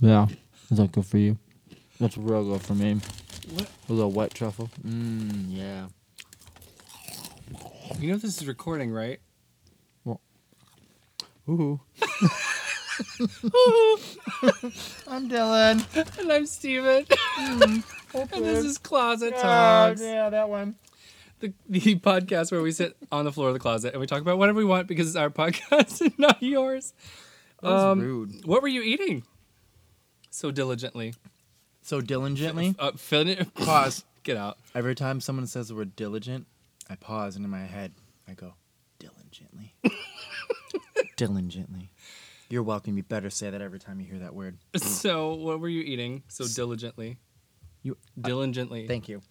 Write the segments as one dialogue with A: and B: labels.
A: Yeah, is that good for you? That's real good for me. A little wet truffle. Mmm, yeah.
B: You know this is recording, right?
A: Ooh. I'm Dylan.
B: And I'm Steven. and this is Closet Talks.
A: Hmm. yeah, that one.
B: The, the podcast where we sit on the floor of the closet and we talk about whatever we want because it's our podcast and not yours.
A: That was
B: Um,
A: rude.
B: What were you eating? So diligently.
A: So diligently,
B: Uh, fin-
A: pause.
B: Get out.
A: Every time someone says the word diligent, I pause and in my head I go, diligently. diligently. You're welcome. You better say that every time you hear that word.
B: So what were you eating so diligently?
A: You
B: Diligently.
A: Thank you.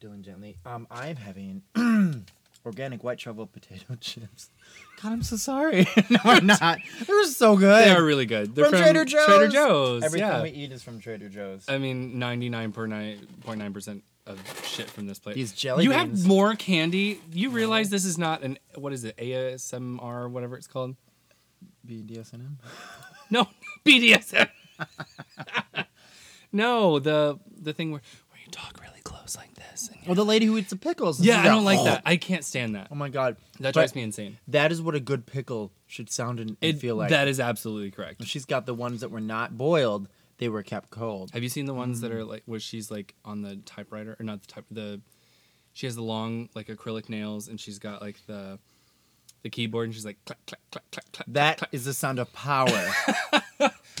A: Diligently. Um, I'm having organic white truffle potato chips. God, I'm so sorry. no, I'm not. They're so good.
B: they are really good. They're
A: From
B: from,
A: Trader Joe's.
B: Trader Joe's.
A: Everything
B: yeah. Uh,
A: we eat is from Trader Joe's.
B: I mean, 99.9 percent of shit from this place.
A: These jelly
B: You
A: beans.
B: have more candy. You realize this is not an what is it ASMR whatever it's called?
A: BDSM.
B: No, BDSM. no, the the thing where where you talk really close like this. And you-
A: Well, the lady who eats the pickles.
B: yeah,
A: is
B: I don't like that. I can't stand that.
A: Oh my god.
B: That
A: But
B: drives me insane.
A: That is what a good pickle should sound and, and
B: It-
A: feel like.
B: that is absolutely correct.
A: She's got the ones that were not boiled. They were kept cold.
B: Have you seen the ones that are
A: Mm.
B: like where she's like on the typewriter or not the type the she has the long like acrylic nails and she's got like the the keyboard and she's like clack clack clack clack clack.
A: That is the sound of power.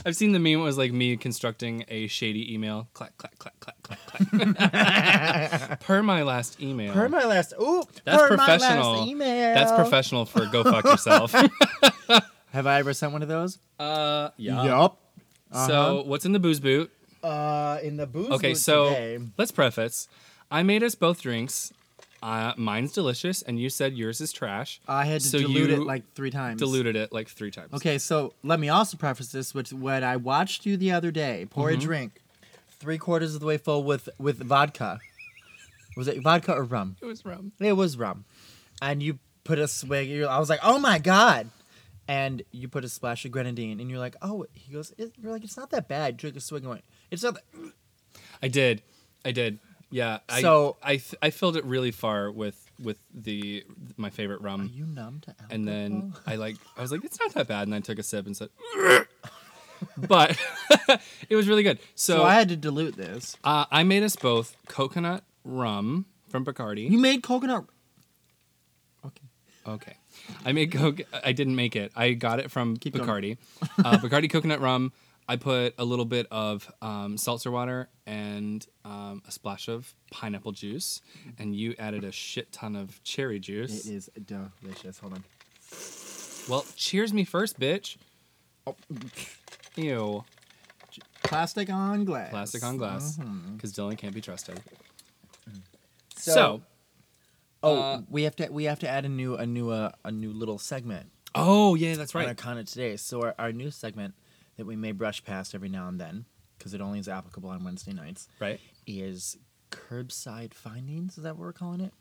B: I've seen the meme it was like me constructing a shady email clack clack clack clack clack clack. per my last email.
A: per my last. Ooh,
B: that's
A: per My
B: professional.
A: last email.
B: That's professional for go fuck yourself.
A: Have I ever sent one of those?
B: uh yeah.
A: Yup. uh-huh.
B: So what's in the booze boot?
A: Uh, in the booze.
B: Okay,
A: booth
B: so
A: today,
B: let's preface. I made us both drinks. Uh, mine's delicious, and you said yours is trash.
A: I had to
B: so
A: dilute
B: you
A: it like three times.
B: diluted it like three times.
A: Okay, so let me also preface this with what I watched you the other day. Pour
B: Mm-hmm.
A: a drink, three quarters of the way full with with vodka. Was it vodka or rum?
B: it was rum.
A: It was rum, and you put a swig. you I was like, oh my god. And you put a splash of grenadine, and you're like, "Oh," he goes. It, you're like, "It's not that bad." You Drink a swig, and went, "It's not." That.
B: I did, I did. Yeah. I,
A: So-
B: I th- I filled it really far with with the my favorite
A: Are
B: rum,
A: you numb to alcohol?
B: and then I like I was like it's not that bad, and I took a sip and said, but it was really good. So,
A: so I had to dilute this.
B: uh, I made us both coconut rum from Bacardi.
A: You made coconut. Okay.
B: Okay. I made coke. I didn't make it. I got it from
A: Keep
B: Bacardi. uh, Bacardi coconut rum. I put a little bit of um, seltzer water and um, a splash of pineapple juice, and you added a shit ton of cherry juice.
A: It is delicious. Hold on.
B: Well, cheers me first, bitch.
A: Oh.
B: Ew.
A: Plastic on glass.
B: Plastic on glass. Because Dylan can't be trusted.
A: Mm-hmm. So,
B: So, uh,
A: oh, we have to we have to add a new a new uh, a new little segment
B: oh, yeah, that's
A: on our
B: right.
A: Con It today. So our, our new segment that we may brush past every now and then because it only is applicable on Wednesday nights
B: Right.
A: is curbside findings. Is that what we're calling it?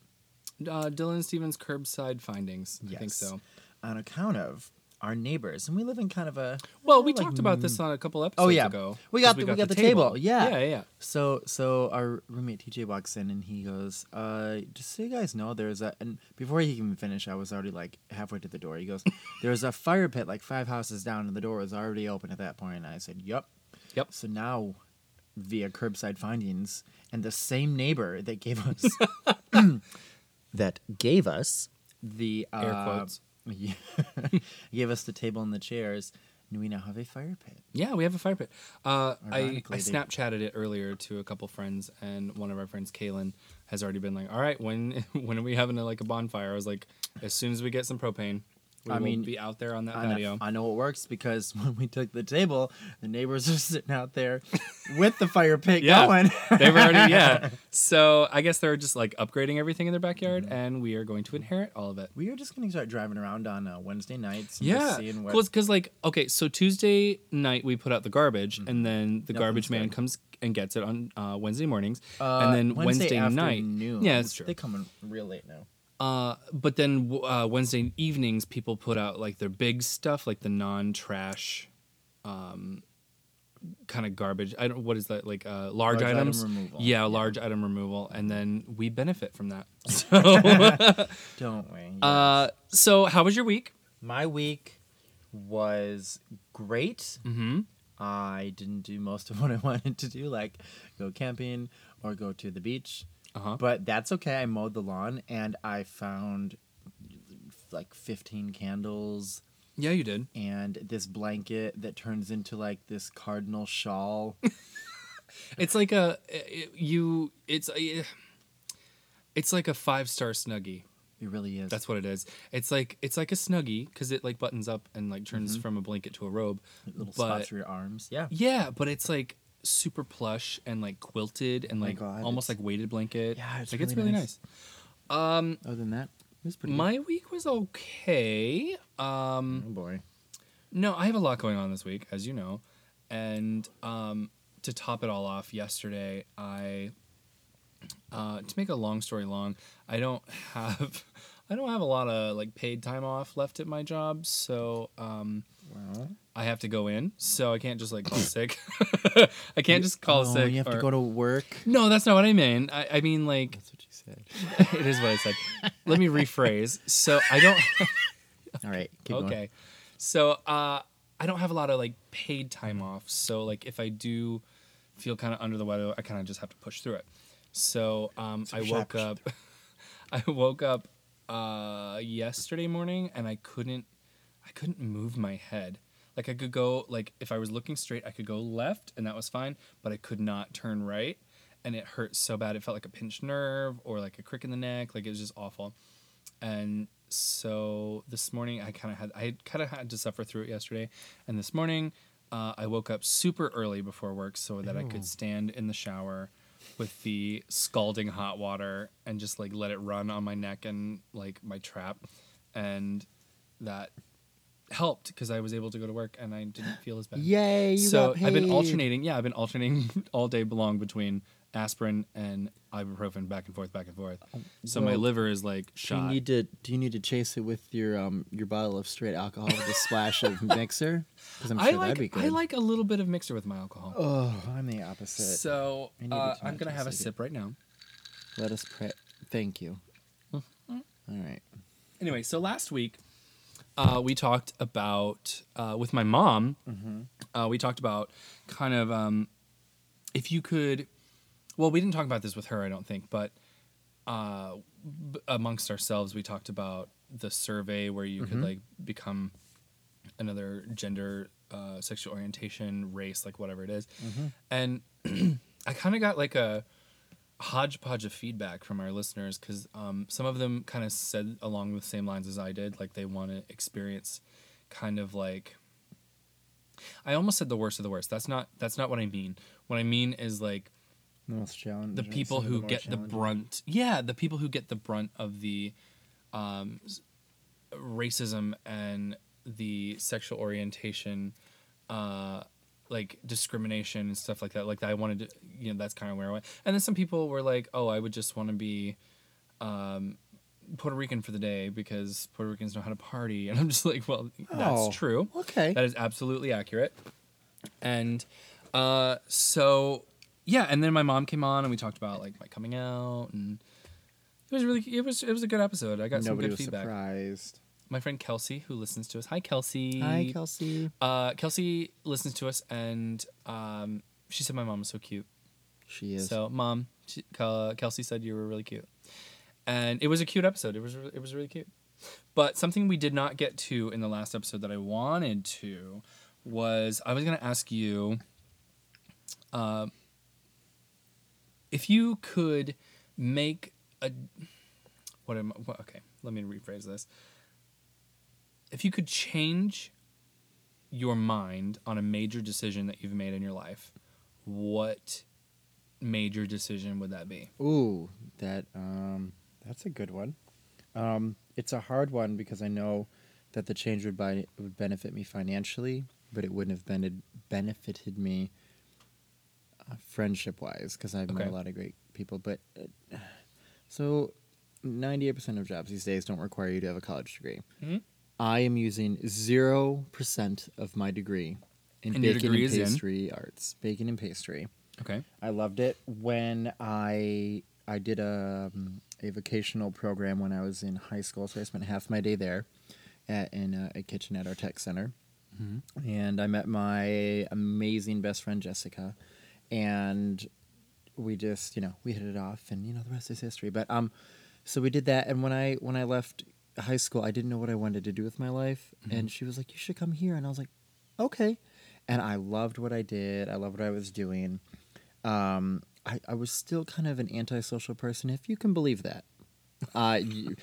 B: Uh, Dylan Stevens' curbside findings. I think
A: Yes.
B: so.
A: On account of our neighbors, and we live in kind of a
B: Well, we
A: like
B: talked about this on a couple episodes
A: Oh yeah,
B: ago.
A: we
B: 'cause
A: got the, we got, the, table. Yeah.
B: Yeah, yeah.
A: So so our roommate TJ walks in and he goes, uh, just so you guys know, there's a and before he even finished, I was already like halfway to the door. He goes, there's a fire pit like five houses down, and the door was already open at that point. And I said, yep.
B: Yep.
A: So now, via curbside findings and the same neighbor that gave us that gave us the uh,
B: Air quotes.
A: gave us the table and the chairs. And we now have a fire pit.
B: Yeah, we have a fire pit. Uh, I, I
A: Ironically, they-
B: Snapchatted it earlier to a couple friends, and one of our friends, Kaylin, has already been like, "All right, when when are we having a, like a bonfire?" I was like, "As soon as we get some propane, We
A: I
B: will
A: mean,
B: be out there on that
A: I know-
B: patio.
A: I know it works because when we took the table, the neighbors are sitting out there with the fire pit
B: Yeah.
A: going.
B: They've already, yeah. So I guess they're just like upgrading everything in their
A: Mm-hmm.
B: backyard, and we are going to inherit all of it.
A: We are just gonna start driving around on uh, Wednesday nights. And just
B: Yeah,
A: seeing what
B: because like okay, so Tuesday night we put out the garbage,
A: Mm-hmm.
B: and then the garbage man comes and gets it on uh, Wednesday mornings,
A: Uh,
B: and then Wednesday,
A: afternoon.
B: night. Yeah, that's true.
A: They come in real late now.
B: Uh, but then w- uh, Wednesday evenings people put out like their big stuff, like the non-trash, um, kind of garbage. I don't what is that like uh, large,
A: Large item
B: items?
A: removal.
B: Yeah, large item removal, and then we benefit from that. So,
A: Don't we? Yeah.
B: uh, so how was your week?
A: My week was great.
B: Mm-hmm.
A: I didn't do most of what I wanted to do, like go camping or go to the beach.
B: Uh-huh.
A: But that's okay. I mowed the lawn and I found like 15 candles
B: Yeah, you did.
A: and this blanket that turns into like this cardinal shawl.
B: It's like a it, you. It's a, it's like a five star snuggie.
A: It really is.
B: That's what it is. It's like it's like a snuggie because it like buttons up and like turns
A: Mm-hmm.
B: from a blanket to a robe.
A: little spots
B: but
A: for your arms. Yeah.
B: yeah, but it's like super plush and like quilted and like
A: God,
B: almost
A: it's-
B: like weighted blanket.
A: Yeah, it's
B: like it's
A: really
B: really
A: nice.
B: nice. Um,
A: Other than that, it was pretty good.
B: my week was okay. Um,
A: Oh boy.
B: No, I have a lot going on this week, as you know. And um, to top it all off, yesterday I uh, to make a long story long, I don't have I don't have a lot of like paid time off left at my job, so um,
A: Well,
B: I have to go in. So I can't just like call sick. I can't just call
A: oh,
B: sick.
A: you have to
B: or-
A: go to work.
B: No, that's not what I mean. I, I mean like
A: That's what you said.
B: it is what I said. Let me rephrase. So I don't
A: All right. Keep
B: okay.
A: Going.
B: So uh, I don't have a lot of like paid time off. So like if I do feel kind of under the weather, I kind of just have to push through it. So um, I
A: we should
B: woke
A: push
B: up. I woke up uh, yesterday morning and I couldn't. I couldn't move my head. Like I could go like if I was looking straight, I could go left and that was fine. But I could not turn right, and it hurt so bad. It felt like a pinched nerve or like a crick in the neck. Like it was just awful and so this morning I kind of had I kind of had to suffer through it yesterday, and this morning uh, I woke up super early before work so that I could stand in the shower with the scalding hot water and just like let it run on my neck and like my trap, and that helped because I was able to go to work and I didn't feel as bad
A: Yay! You
B: so
A: got paid.
B: I've been alternating. Yeah, I've been alternating all day long between aspirin and ibuprofen, back and forth, back and forth. So my
A: Oh, Well,
B: liver is like
A: Do you
B: shot.
A: need to do you need to chase it with your um your bottle of straight alcohol with a splash of mixer? Because I'm sure
B: I like
A: that'd be good.
B: I like a little bit of mixer with my alcohol.
A: Oh, I'm the opposite.
B: So
A: I need to
B: uh,
A: try
B: I'm
A: it
B: gonna have a
A: tasty.
B: sip right now.
A: Let us pray. Thank you.
B: Mm-hmm.
A: All right.
B: Anyway, so last week uh, we talked about uh, with my mom.
A: Mm-hmm.
B: Uh, we talked about kind of um, if you could. Well, we didn't talk about this with her, I don't think, but uh, b- amongst ourselves, we talked about the survey where you
A: Mm-hmm.
B: could like become another gender, uh, sexual orientation, race, like whatever it is.
A: Mm-hmm.
B: And I kind of got like a hodgepodge of feedback from our listeners because um, some of them kind of said along the same lines as I did, like they want to experience kind of like. I almost said the worst of the worst. That's not that's not what I mean. What I mean is like
A: The most challenging.
B: the people
A: some of
B: who
A: more
B: get the
A: challenging.
B: brunt. Yeah, the people who get the brunt of the um, s- racism and the sexual orientation, uh, like discrimination and stuff like that. Like I wanted to, you know, that's kind of where I went. And then some people were like, "Oh, I would just want to be." Um, Puerto Rican for the day because Puerto Ricans know how to party, and I'm just like, well, that's
A: Oh,
B: true.
A: okay.
B: that is absolutely accurate. And uh, so, yeah, and then my mom came on and we talked about like my coming out, and it was really it was it was a good episode. I got some
A: Nobody
B: good
A: was
B: feedback.
A: surprised.
B: My friend Kelsey, who listens to us, hi Kelsey.
A: Hi, Kelsey.
B: Uh, Kelsey listens to us, and um, she said my mom was so cute.
A: She is.
B: So, mom, she, Kel- uh, Kelsey said you were really cute, and it was a cute episode. It was re- it was really cute. But something we did not get to in the last episode that I wanted to was I was going to ask you, uh, if you could make a what am I- what- okay? Let me rephrase this. if you could change your mind on a major decision that you've made in your life, what major decision would that be?
A: Ooh, that um, that's a good one. Um, it's a hard one because I know that the change would buy, would benefit me financially, but it wouldn't have been, benefited me uh, friendship wise because I've met
B: Okay.
A: a lot of great people. But uh, so, ninety eight percent of jobs these days don't require you to have a college degree.
B: Mhm.
A: I am using zero percent of my degree in
B: And your
A: baking
B: degree
A: and
B: is in?
A: pastry arts, baking and pastry.
B: Okay.
A: I loved it when I I did a um, a vocational program when I was in high school, so I spent half my day there at, in a, a kitchen at our tech center, and I met my amazing best friend Jessica, and we just you know we hit it off, and you know the rest is history. But um, so we did that, and when I when I left high school, I didn't know what I wanted to do with my life, and she was like, "You should come here," and I was like, "Okay." And I loved what I did. I loved what I was doing um, I, I was still kind of an antisocial person, if you can believe that. Uh, you,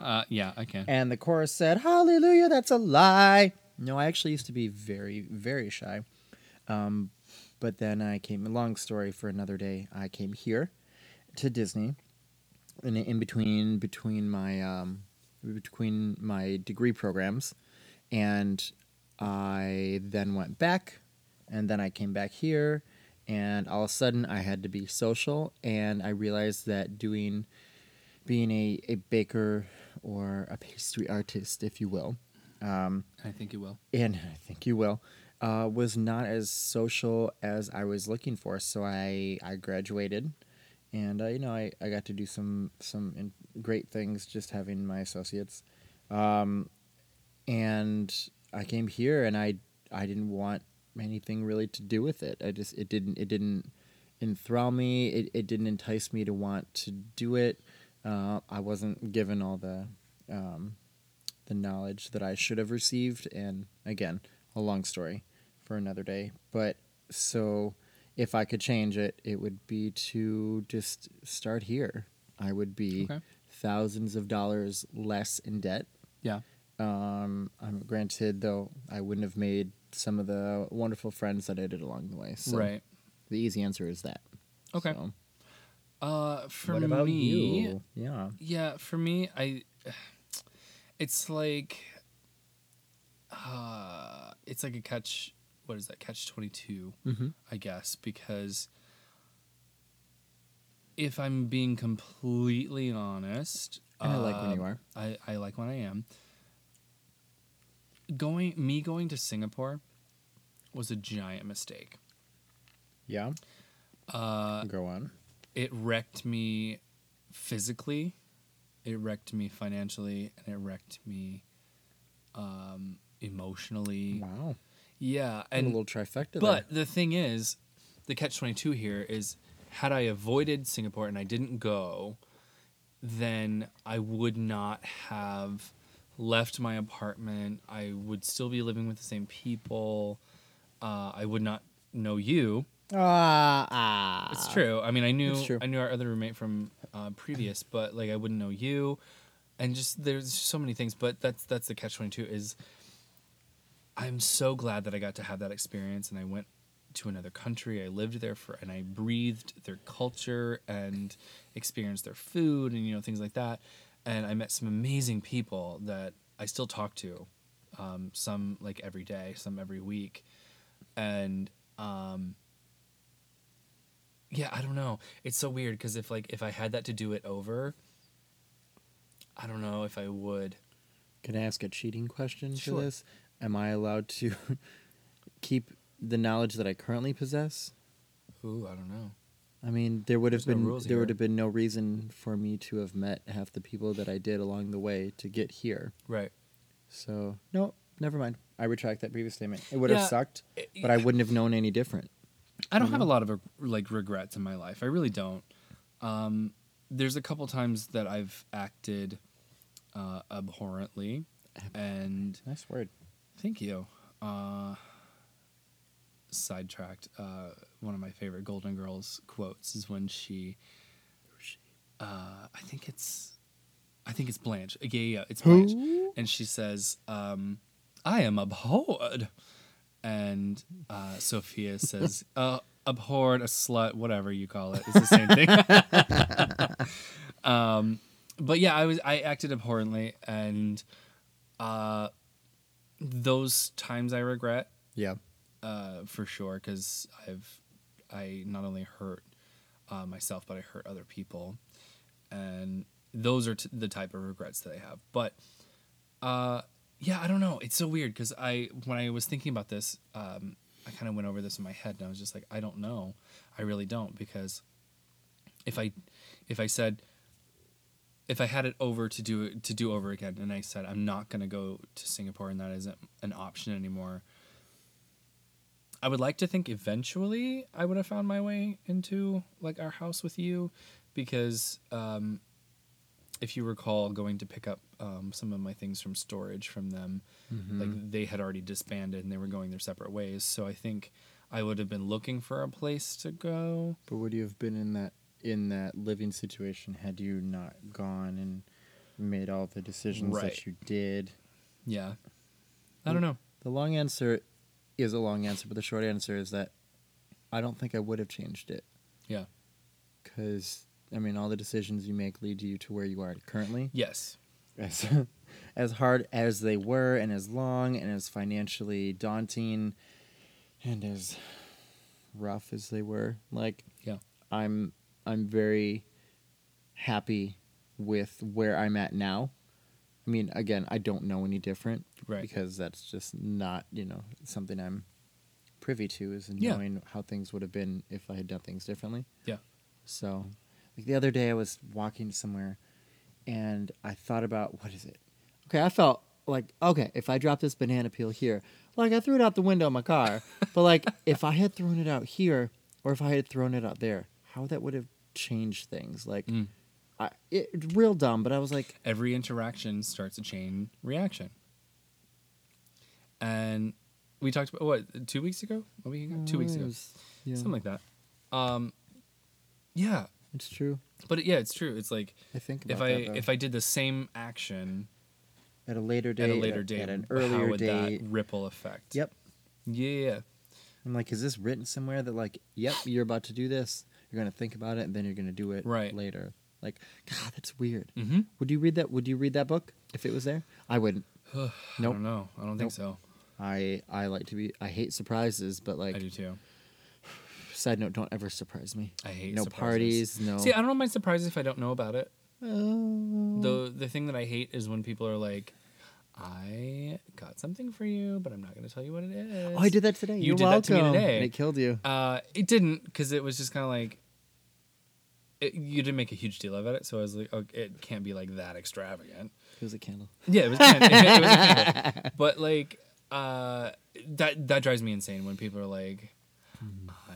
B: Uh, yeah, I can.
A: and the chorus said, Hallelujah, that's a lie. No, I actually used to be very, very shy. Um, but then I came, long story for another day, I came here to Disney. And in between, between my, um, between my degree programs, and I then went back, and then I came back here, and all of a sudden I had to be social, and I realized that doing being a, a baker or a pastry artist, if you will,
B: I think you will.
A: and I think you will, uh, was not as social as I was looking for. So I, I graduated and, uh, you know, I, I got to do some, some in- great things just having my associates. Um, and I came here and I, I didn't want anything really to do with it. I just, it didn't, it didn't enthrall me. It, it didn't entice me to want to do it. Uh, I wasn't given all the, um, the knowledge that I should have received. And again, a long story for another day. But so if I could change it, it would be to just start here. I would be
B: Okay.
A: thousands of dollars less in debt.
B: Yeah.
A: Um, I'm granted though, I wouldn't have made some of the wonderful friends that I did along the way. So
B: right.
A: the easy answer is that.
B: Okay.
A: So,
B: Uh, for
A: what about
B: me,
A: you? Yeah.
B: yeah, for me, I, it's like, uh, it's like a catch. What is that? Catch twenty two.
A: Mm-hmm.
B: I guess, because if I'm being completely honest,
A: And I like when
B: um,
A: you are.
B: I, I like when I am. Going me going to Singapore was a giant mistake.
A: Yeah.
B: Uh,
A: Go on.
B: it wrecked me physically, it wrecked me financially, and it wrecked me um, emotionally.
A: Wow.
B: Yeah,
A: And
B: and
A: a little trifecta. there.
B: But the thing is, the catch 22 here is had I avoided Singapore and I didn't go, then I would not have left my apartment. I would still be living with the same people. Uh, I would not know you.
A: Ah, ah.
B: It's true. I mean, I knew
A: It's true.
B: I knew our other roommate from uh, previous, but like I wouldn't know you, and just there's so many things. But that's that's the catch twenty two is. I'm so glad that I got to have that experience, and I went to another country. I lived there for, and I breathed their culture and experienced their food, and you know things like that. And I met some amazing people that I still talk to, um, some like every day, some every week, and um, yeah i don't know it's so weird because if like if i had that to do it over i don't know if i would
A: Can I ask a cheating question
B: Sure.
A: for this? Am I allowed to keep the knowledge that I currently possess?
B: ooh i don't know
A: I mean, there would have
B: There's no
A: been
B: rules
A: there would
B: here.
A: have been no reason for me to have met half the people that I did along the way to get here.
B: right
A: So no, never mind. I retract that previous statement. It would
B: Yeah.
A: have sucked,
B: It-
A: but I Mm-hmm. wouldn't have known any different.
B: i don't have a lot of like regrets in my life i really don't um there's a couple times that i've acted uh abhorrently and
A: Nice word.
B: thank you uh sidetracked uh one of my favorite golden girls quotes is when she uh i think it's I think it's Blanche. Yeah, yeah, it's Blanche. And she says, um, I am abhorred. And uh, Sophia says, uh, abhorred, a slut, whatever you call it. It's the same thing. um, but yeah, I was I acted abhorrently, and uh, those times I regret
A: Yeah.
B: uh, for sure because I've I not only hurt uh, myself but I hurt other people, and those are t- the type of regrets that I have. But uh, yeah, I don't know. It's so weird because I when I was thinking about this, um, I kind of went over this in my head and I was just like, I don't know, I really don't because if I if I said if I had it over to do to do over again and I said I'm not gonna go to Singapore and that isn't an option anymore. I would like to think eventually I would have found my way into like our house with you because um, if you recall going to pick up um, some of my things from storage from them,
A: Mm-hmm.
B: like they had already disbanded and they were going their separate ways. So I think I would have been looking for a place to go.
A: But would you have been in that in that living situation had you not gone and made all the decisions
B: Right.
A: that you did?
B: Yeah. I don't know.
A: The long answer is a long answer, but the short answer is that I don't think I would have changed it
B: Yeah.
A: because I mean all the decisions you make lead you to where you are currently.
B: Yes.
A: As as hard as they were and as long and as financially daunting and as rough as they were, like
B: Yeah.
A: I'm I'm very happy with where I'm at now. I mean, again, I don't know any different
B: Right.
A: because that's just not, you know, something I'm privy to is
B: Yeah.
A: knowing how things would have been if I had done things differently.
B: Yeah.
A: So, like the other day I was walking somewhere and I thought about what is it? Okay, I felt like okay, if I drop this banana peel here, like I threw it out the window of my car, but like if I had thrown it out here or if I had thrown it out there, how that would have changed things. Like
B: Mm.
A: I it real dumb, but I was like
B: every interaction starts a chain reaction. And we talked about what two weeks ago, a week ago? two weeks
A: it
B: ago,
A: was- yeah,
B: something like that. Um, yeah,
A: it's true.
B: but yeah, it's true. It's like
A: I think about
B: if I
A: that, though.
B: if I did the same action
A: at a later
B: at
A: date
B: a later
A: at,
B: date,
A: at an
B: how
A: earlier
B: would
A: date.
B: that ripple effect?
A: Yep.
B: Yeah, yeah, yeah.
A: I'm like, is this written somewhere that like, yep, you're about to do this. You're gonna think about it, and then you're gonna do it
B: Right.
A: later. Like, God, that's weird.
B: Mm-hmm.
A: Would you read that? Would you read that book if it was there? I wouldn't.
B: I
A: Nope.
B: don't know. I don't think so.
A: I I like to be. I hate surprises, but
B: I
A: like,
B: do too.
A: side note, don't ever surprise me.
B: I hate
A: no
B: surprises.
A: parties. No.
B: See, I don't mind surprises if I don't know about it.
A: Oh.
B: The the thing that I hate is when people are like, "I got something for you, but I'm not going to tell you what it is."
A: Oh, I did that today.
B: You
A: You're
B: did that to
A: welcome.
B: me today.
A: And it killed you.
B: Uh, it didn't because it was just kind of like it, you didn't make a huge deal of it, so I was like, oh, it can't be like that extravagant.
A: It was a candle.
B: Yeah, it was. Kind of, it was kind of- but like uh, that that drives me insane when people are like.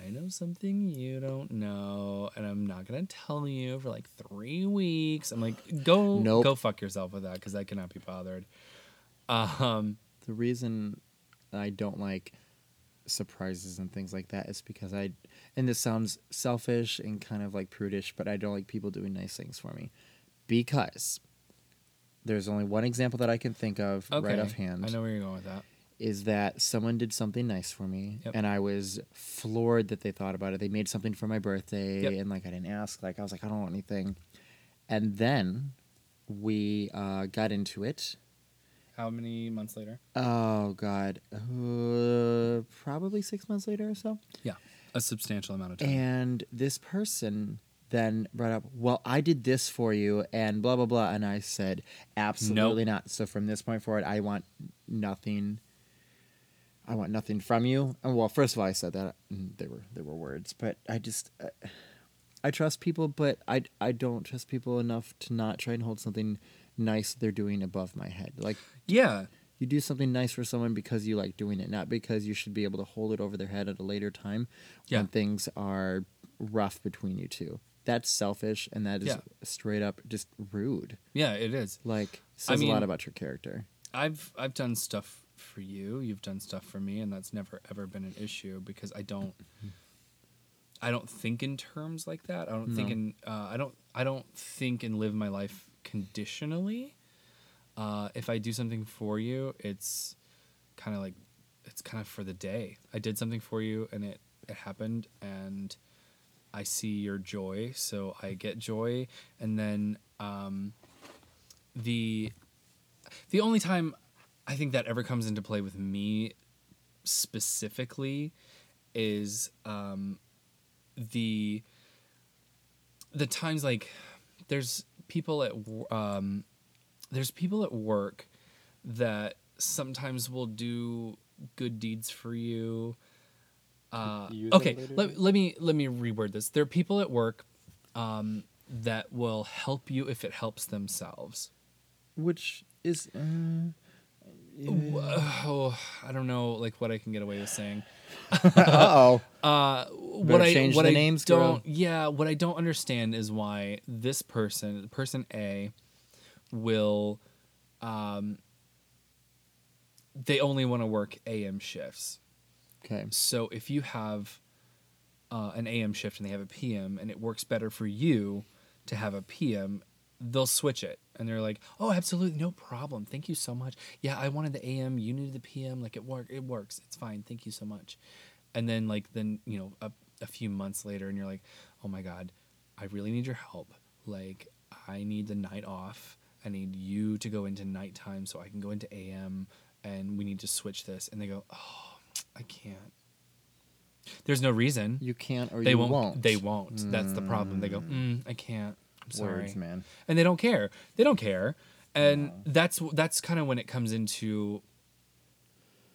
B: I know something you don't know, and I'm not gonna tell you for like three weeks. I'm like, go,
A: Nope.
B: go fuck yourself with that, because I cannot be bothered. Um,
A: The reason I don't like surprises and things like that is because I, and this sounds selfish and kind of like prudish, but I don't like people doing nice things for me because there's only one example that I can think of
B: Okay,
A: right offhand
B: I know where you're going with that.
A: is that someone did something nice for me
B: Yep.
A: and I was floored that they thought about it. They made something for my birthday
B: Yep.
A: and like I didn't ask, like I was like, I don't want anything. And then we uh, got into it
B: How many months later?
A: Oh God, uh, probably six months later or so.
B: Yeah, a substantial amount of time.
A: And this person then brought up, "Well, I did this for you," and blah blah blah. And I said, "Absolutely not." So from this point forward, I want nothing. I want nothing from you. And well, first of all, I said that and they were they were words, but I just uh, I trust people, but I I don't trust people enough to not try and hold something nice they're doing above my head. Like
B: yeah,
A: you do something nice for someone because you like doing it, not because you should be able to hold it over their head at a later time
B: Yeah.
A: when things are rough between you two. That's selfish and that is
B: Yeah.
A: straight up just rude.
B: yeah, it is.
A: Like says a
B: mean-
A: lot about your character.
B: I've I've done stuff for you. You've done stuff for me, and that's never ever been an issue because I don't. I don't think in terms like that. I don't think in. Uh, I don't. I don't think and live my life conditionally. Uh, if I do something for you, it's kind of like it's kind of for the day. I did something for you, and it it happened, and I see your joy, so I get joy, and then um, the the only time I think that ever comes into play with me specifically is um, the the times like there's people at wo- um, there's people at work that sometimes will do good deeds for you. Uh,
C: Use
B: okay,
C: elevator?
B: let, let me let me reword this. There are people at work um, that will help you if it helps themselves.
A: which is uh,
B: Oh, I don't know, like what I can get away with saying.
C: oh.
B: Uh, what
A: Better
B: I
A: change
B: what
A: the
B: I
A: names, girl.
B: don't yeah, what I don't understand is why this person, person A, will, um, they only want to work AM shifts.
A: okay.
B: So if you have uh, an AM shift and they have a PM and it works better for you to have a PM, they'll switch it. And they're like, "Oh, absolutely, no problem. Thank you so much. Yeah, I wanted the AM, you needed the PM. Like it work, it works. It's fine. Thank you so much." And then like then you know a, a few months later, and you're like, "Oh my god, I really need your help. Like I need the night off. I need you to go into nighttime so I can go into AM, and we need to switch this." And they go, "Oh, I can't." There's no reason
A: You can't or
B: they
A: you
B: won't,
A: won't.
B: They won't. That's the problem. They go, mm, I can't. I'm sorry,
A: Words, man.
B: and they don't care. They don't care, and that's that's kind of when it comes into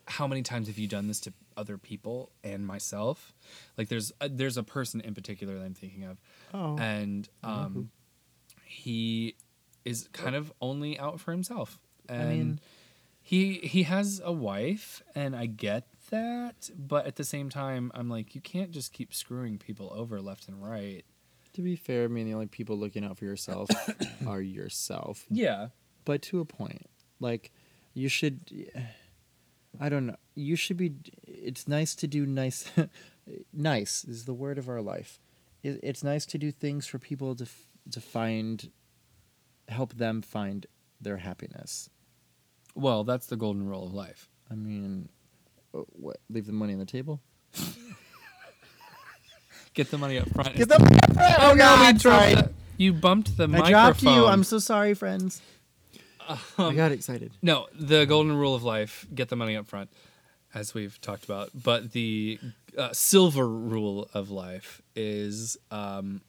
B: how many times have you done this to other people and myself? Like, there's a, there's a person in particular that I'm thinking of,
A: Oh.
B: and um, he is kind of only out for himself, and
A: mean-
B: he he has a wife, and I get that, but at the same time, I'm like, you can't just keep screwing people over left and right.
C: To be fair, I mean, the only people looking out for yourself are yourself.
B: Yeah,
C: But to a point, like, you should. I don't know.
A: You should be. It's nice to do nice. nice is the word of our life. It, it's nice to do things for people to f- to find, help them find their happiness.
B: Well, that's the golden rule of life.
A: I mean, uh, what? Leave the money on the table.
B: Get the money up front.
A: Get the money up front! Oh,
B: no, we
A: God,
B: dropped
A: sorry.
B: the- you bumped the
A: I
B: microphone. Um,
A: dropped you. I'm so sorry, friends. I got excited.
B: no, the golden rule of life: get the money up front, as we've talked about. But the uh, silver rule of life is, um,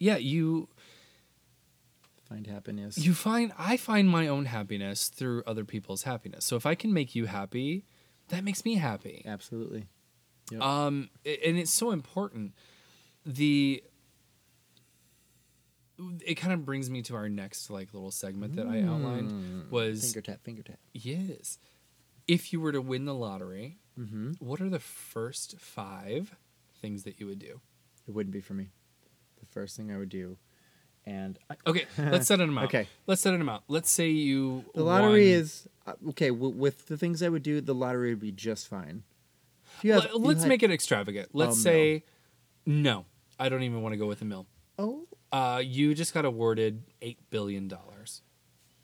B: yeah, you
A: Find happiness.
B: you find I find my own happiness through other people's happiness. So if I can make you happy, that makes me happy.
A: Absolutely.
B: Um, a- and it's so important. The it kind of brings me to our next like little segment that I
A: Mm.
B: outlined was
A: Finger tap. Finger tap.
B: yes, if you were to win the lottery,
A: Mm-hmm.
B: what are the first five things that you would do?
A: It wouldn't be for me. The first thing I would do, and I,
B: Okay, let's set an amount.
A: Okay.
B: let's set an amount. Let's say you
A: the lottery
B: won-
A: is uh, okay. W- with the things I would do, the lottery would be just fine. If you
B: Let, us make it extravagant. Let's
A: Oh, no.
B: say no, I don't even want to go with a mill.
A: Oh,
B: Uh, you just got awarded eight billion dollars.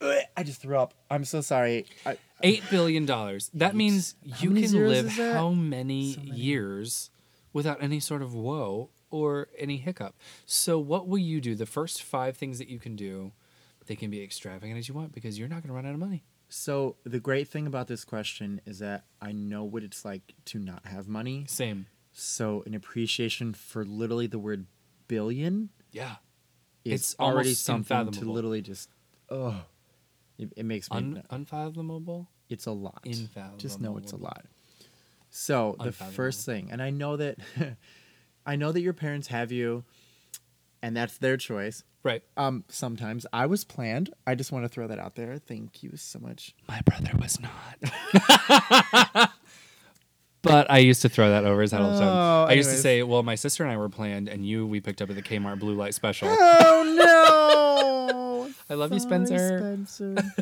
A: Ugh, I just threw up. I'm so sorry. I,
B: Eight billion dollars. That means you
A: many
B: can
A: zeros
B: live
A: is that?
B: how many, years without any sort of woe or any hiccup. So what will you do? The first five things that you can do, they can be extravagant as you want because you're not gonna run out of money.
A: so the great thing about this question is that I know what it's like to not have money.
B: Same.
A: So an appreciation for literally the word billion
B: Yeah.
A: is
B: It's
A: already
B: almost
A: something to
B: unfathomable.
A: literally just oh, it, it makes me.
B: Un- unfathomable.
A: it's a lot. Just know it's a
B: Unfathomable.
A: lot. So the
B: Unfathomable.
A: first thing, and I know that, I know that your parents have you, and that's their choice.
B: Right.
A: Um, sometimes I was planned. I just want to throw that out there. Thank you so much.
B: My brother was not. but I used to throw that over his head all the time.
A: Oh,
B: I used to
A: anyways.
B: say, well, my sister and I were planned, and you we picked up at the Kmart Blue Light Special.
A: Oh no!
B: I love you,
A: Sorry,
B: Spencer.
A: Spencer.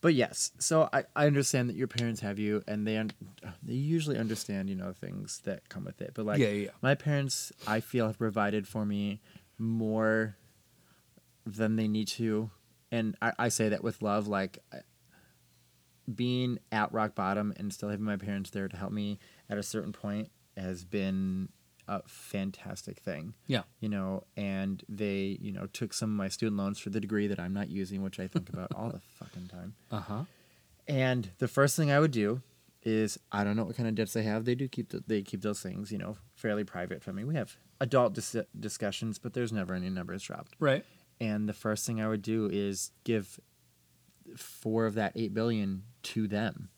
A: but yes, so I, I understand that your parents have you, and they un- uh, they usually understand you know things that come with it. But like
B: Yeah, yeah, yeah.
A: my parents, I feel have provided for me more than they need to. And I, I say that with love, like I- being at rock bottom and still having my parents there to help me at a certain point has been a fantastic thing.
B: Yeah.
A: You know, and they, you know, took some of my student loans for the degree that I'm not using, which I think about all the fucking time.
B: Uh huh.
A: And the first thing I would do is I don't know what kind of debts they have. They do keep th they keep those things, you know, fairly private from me. We have adult dis- discussions, but there's never any numbers dropped.
B: Right.
A: And the first thing I would do is give four of that eight billion to them.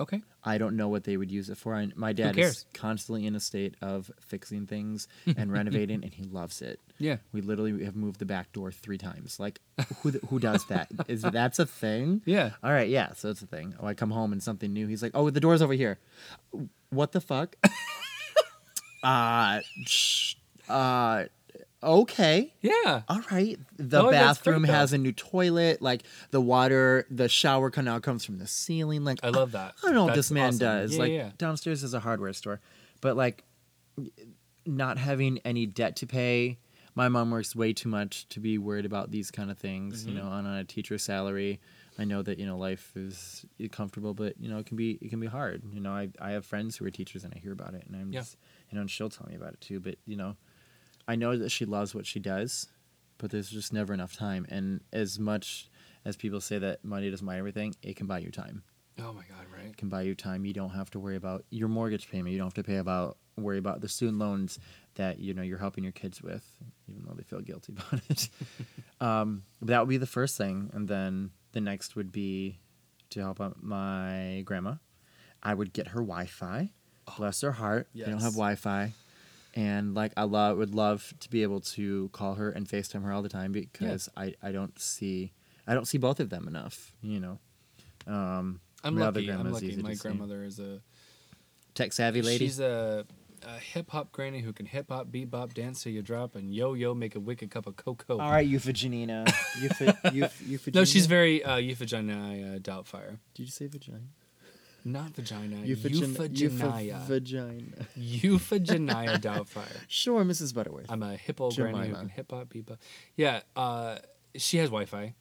B: Okay.
A: I don't know what they would use it for. I, my dad is
B: cares?
A: constantly in a state of fixing things and renovating, and he loves it.
B: Yeah.
A: We literally have moved the back door three times. Like, who th- who does that? Is that's a thing?
B: Yeah.
A: All right. Yeah. So it's a thing. Oh, I come home and something new. He's like, "Oh, the door's over here." What the fuck? uh, sh- uh, okay
B: Yeah.
A: all right the
B: Oh, that's great,
A: bathroom
B: though.
A: has a new toilet like the water the shower canal comes from the ceiling like
B: I love that.
A: i don't know what
B: That's
A: this man
B: awesome.
A: does
B: Yeah,
A: like
B: yeah, yeah.
A: downstairs is a hardware store but like not having any debt to pay my mom works way too much to be worried about these kind of things
B: Mm-hmm.
A: you know on a teacher salary i know that you know life is comfortable but you know it can be it can be hard you know i, I have friends who are teachers and i hear about it and i'm
B: Yeah.
A: just you know and she'll tell me about it too but you know I know that she loves what she does, but there's just never enough time. And as much as people say that money doesn't buy everything, it can buy you time.
B: Oh my god. Right.
A: It can buy you time. You don't have to worry about your mortgage payment. You don't have to pay about worry about the student loans that you know you're helping your kids with, even though they feel guilty about it. um, but that would be the first thing, and then the next would be to help out my grandma. I would get her Wi-Fi. Bless her heart, they Oh, don't
B: yes.
A: have Wi-Fi, and like I love would love to be able to call her and Facetime her all the time because I I don't see I don't see both of them enough. You know. Um,
B: I'm
A: my other
B: lucky. I'm
A: grandma's
B: lucky.
A: easy
B: My
A: to see.
B: grandmother is a
A: tech savvy lady.
B: She's a, a hip hop granny who can hip hop, bebop, dance till you drop, and yo yo make a wicked cup of cocoa.
A: All right, Euphigenia. Euph- Euph- Euphigenia.
B: No, she's very uh, euphigenia uh, doubtfire.
A: Did you say vagina?
B: Not vagina.
A: Euphigenia.
B: Euphigenia.
A: Vagina.
B: Euphigenia doubtfire.
A: Sure, Mrs. Butterworth.
B: I'm a hippo granny who
A: Jemima.
B: can hip hop, bebop. Yeah, uh, she has Wi Fi.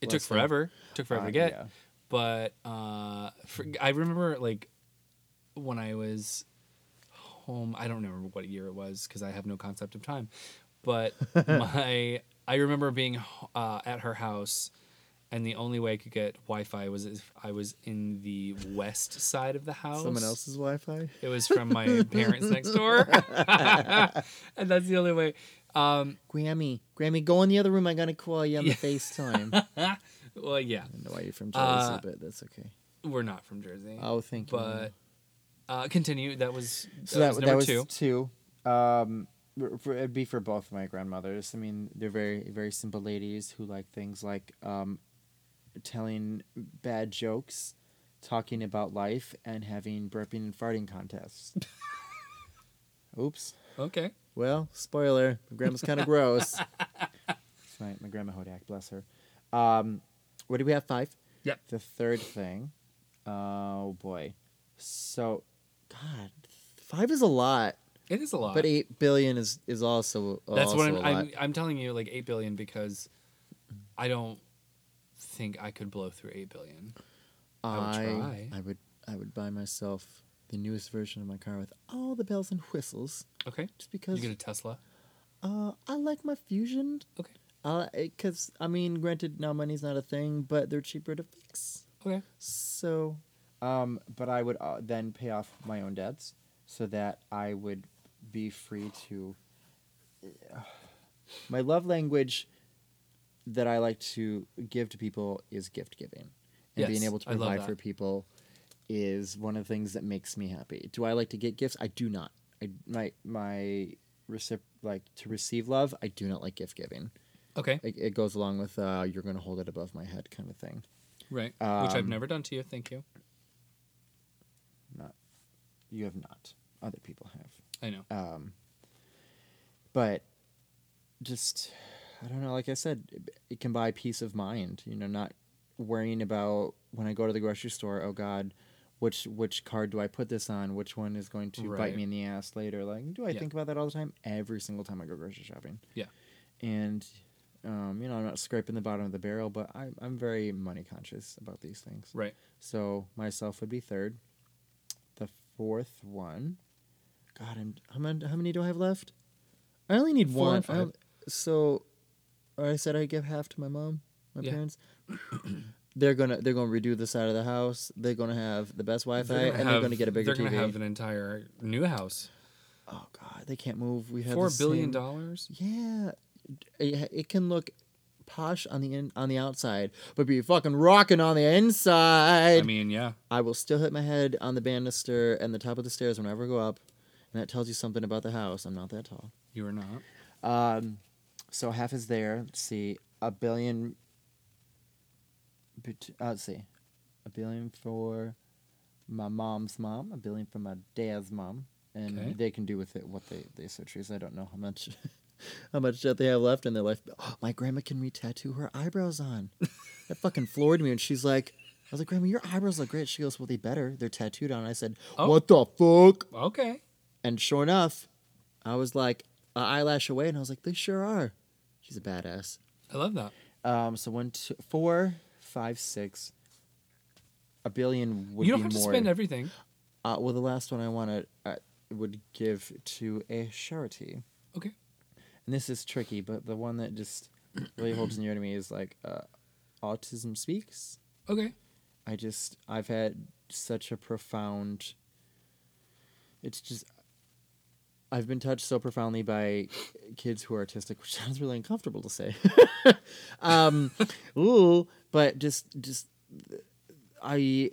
B: It took
A: Bless her.
B: forever. Took forever
A: Uh,
B: to get.
A: yeah.
B: But uh, for, I remember like when I was home. I don't remember what year it was because I have no concept of time. But my I remember being uh, at her house, and the only way I could get Wi Fi was if I was in the west side of the house.
C: Someone else's Wi-Fi.
B: It was from my parents next door, and that's the only way. Um,
A: Grammy, Grammy, go in the other room. I gotta call you on the FaceTime. I
B: well, yeah,
A: don't know why you're from Jersey,
B: Uh,
A: but that's okay.
B: we're not from Jersey,
A: Oh, thank you.
B: but uh, continue. That was that,
A: so that,
B: was
A: that,
B: number
A: was
B: two.
A: two. Um, r- for, it'd be for both my grandmothers. I mean, they're very very simple ladies who like things like um, telling bad jokes, talking about life, and having burping and farting contests. Oops.
B: Okay,
A: Well, spoiler. My grandma's kind of gross. It's my, my grandma Hodak, bless her. Um, what do we have? Five?
B: Yep.
A: The third thing. Oh, boy. So, God,
C: Five is a lot,
B: it is a lot.
C: but eight billion is is also
B: That's
C: also
B: what I'm,
C: a lot.
B: I'm. I'm telling you, like eight billion, because I don't think I could blow through eight billion. I would try.
C: I would I would buy myself the newest version of my car with all the bells and whistles,
B: Okay,
C: just
B: you
C: because
B: get a Tesla.
C: uh, I like my Fusion.
B: Okay,
C: Because I mean, granted, now money's not a thing, but they're cheaper to fix.
B: okay,
C: So
A: Um, but I would uh, then pay off my own debts so that I would be free to. My love language that I like to give to people is gift giving. And being
B: Yes,
A: able to
B: I love
A: provide
B: that.
A: for people is one of the things that makes me happy. Do I like to get gifts? I do not. I my my recip- like to receive love, I do not like gift giving.
B: okay.
A: It, it goes along with uh, you're going to hold it above my head kind of thing.
B: Right, which I've
A: Um,
B: never done to you. Thank you.
A: Not you have not. Other people have.
B: I know.
A: um but just i don't know like i said it- it can buy peace of mind you know not worrying about when i go to the grocery store oh god which which card do i put this on which one is going to
B: Right.
A: bite me in the ass later like do i
B: Yeah.
A: think about that all the time every single time i go grocery shopping
B: Yeah.
A: and um, you know, I'm not scraping the bottom of the barrel, but I'm I'm very money conscious about these things.
B: Right.
A: So myself would be third. The fourth one. God, I'm how many, how many do I have left? I only need
B: Four
A: one.
B: and
A: I
B: five.
A: don't- so, or I said I give half to my mom, my
B: Yeah.
A: parents. they're gonna they're gonna redo the side of the house. They're gonna have the best Wi-Fi,
B: gonna
A: and they're
B: have-
A: gonna get a bigger
B: They're
A: TV.
B: gonna have an entire new house.
A: oh God, they can't move. We have
B: Four
A: the
B: billion
A: same-
B: dollars.
A: Yeah, it, it can look posh on the in, on the outside, but be fucking rocking on the inside.
B: I mean, yeah.
A: I will still hit my head on the banister and the top of the stairs whenever I go up, and that tells you something about the house. I'm not that tall.
B: You are not.
A: Um, so half is there. Let's see, a billion. bet- uh, Let's see, a billion for my mom's mom, a billion for my dad's mom, and
B: Okay.
A: they can do with it what they they so choose. I don't know how much. How much debt they have left in their life? Oh, my grandma can re-tattoo her eyebrows on. That fucking floored me. And she's like, "I was like, Grandma, your eyebrows look great." She goes, "Well, they better. They're tattooed on." I said,
B: Oh.
A: "What the fuck?"
B: Okay.
A: And sure enough, I was like an eyelash away, and I was like, they sure are. She's a badass.
B: I love that.
A: Um, so one, two, four, five, six. A billion would
B: you don't
A: be
B: have
A: more.
B: to spend everything.
A: uh, well, the last one I want to uh, would give to a charity,
B: Okay.
A: and this is tricky, but the one that just really holds near to me is like uh, autism speaks.
B: Okay.
A: I just I've had such a profound it's just I've been touched so profoundly by kids who are autistic, which sounds really uncomfortable to say. um ooh, but just just I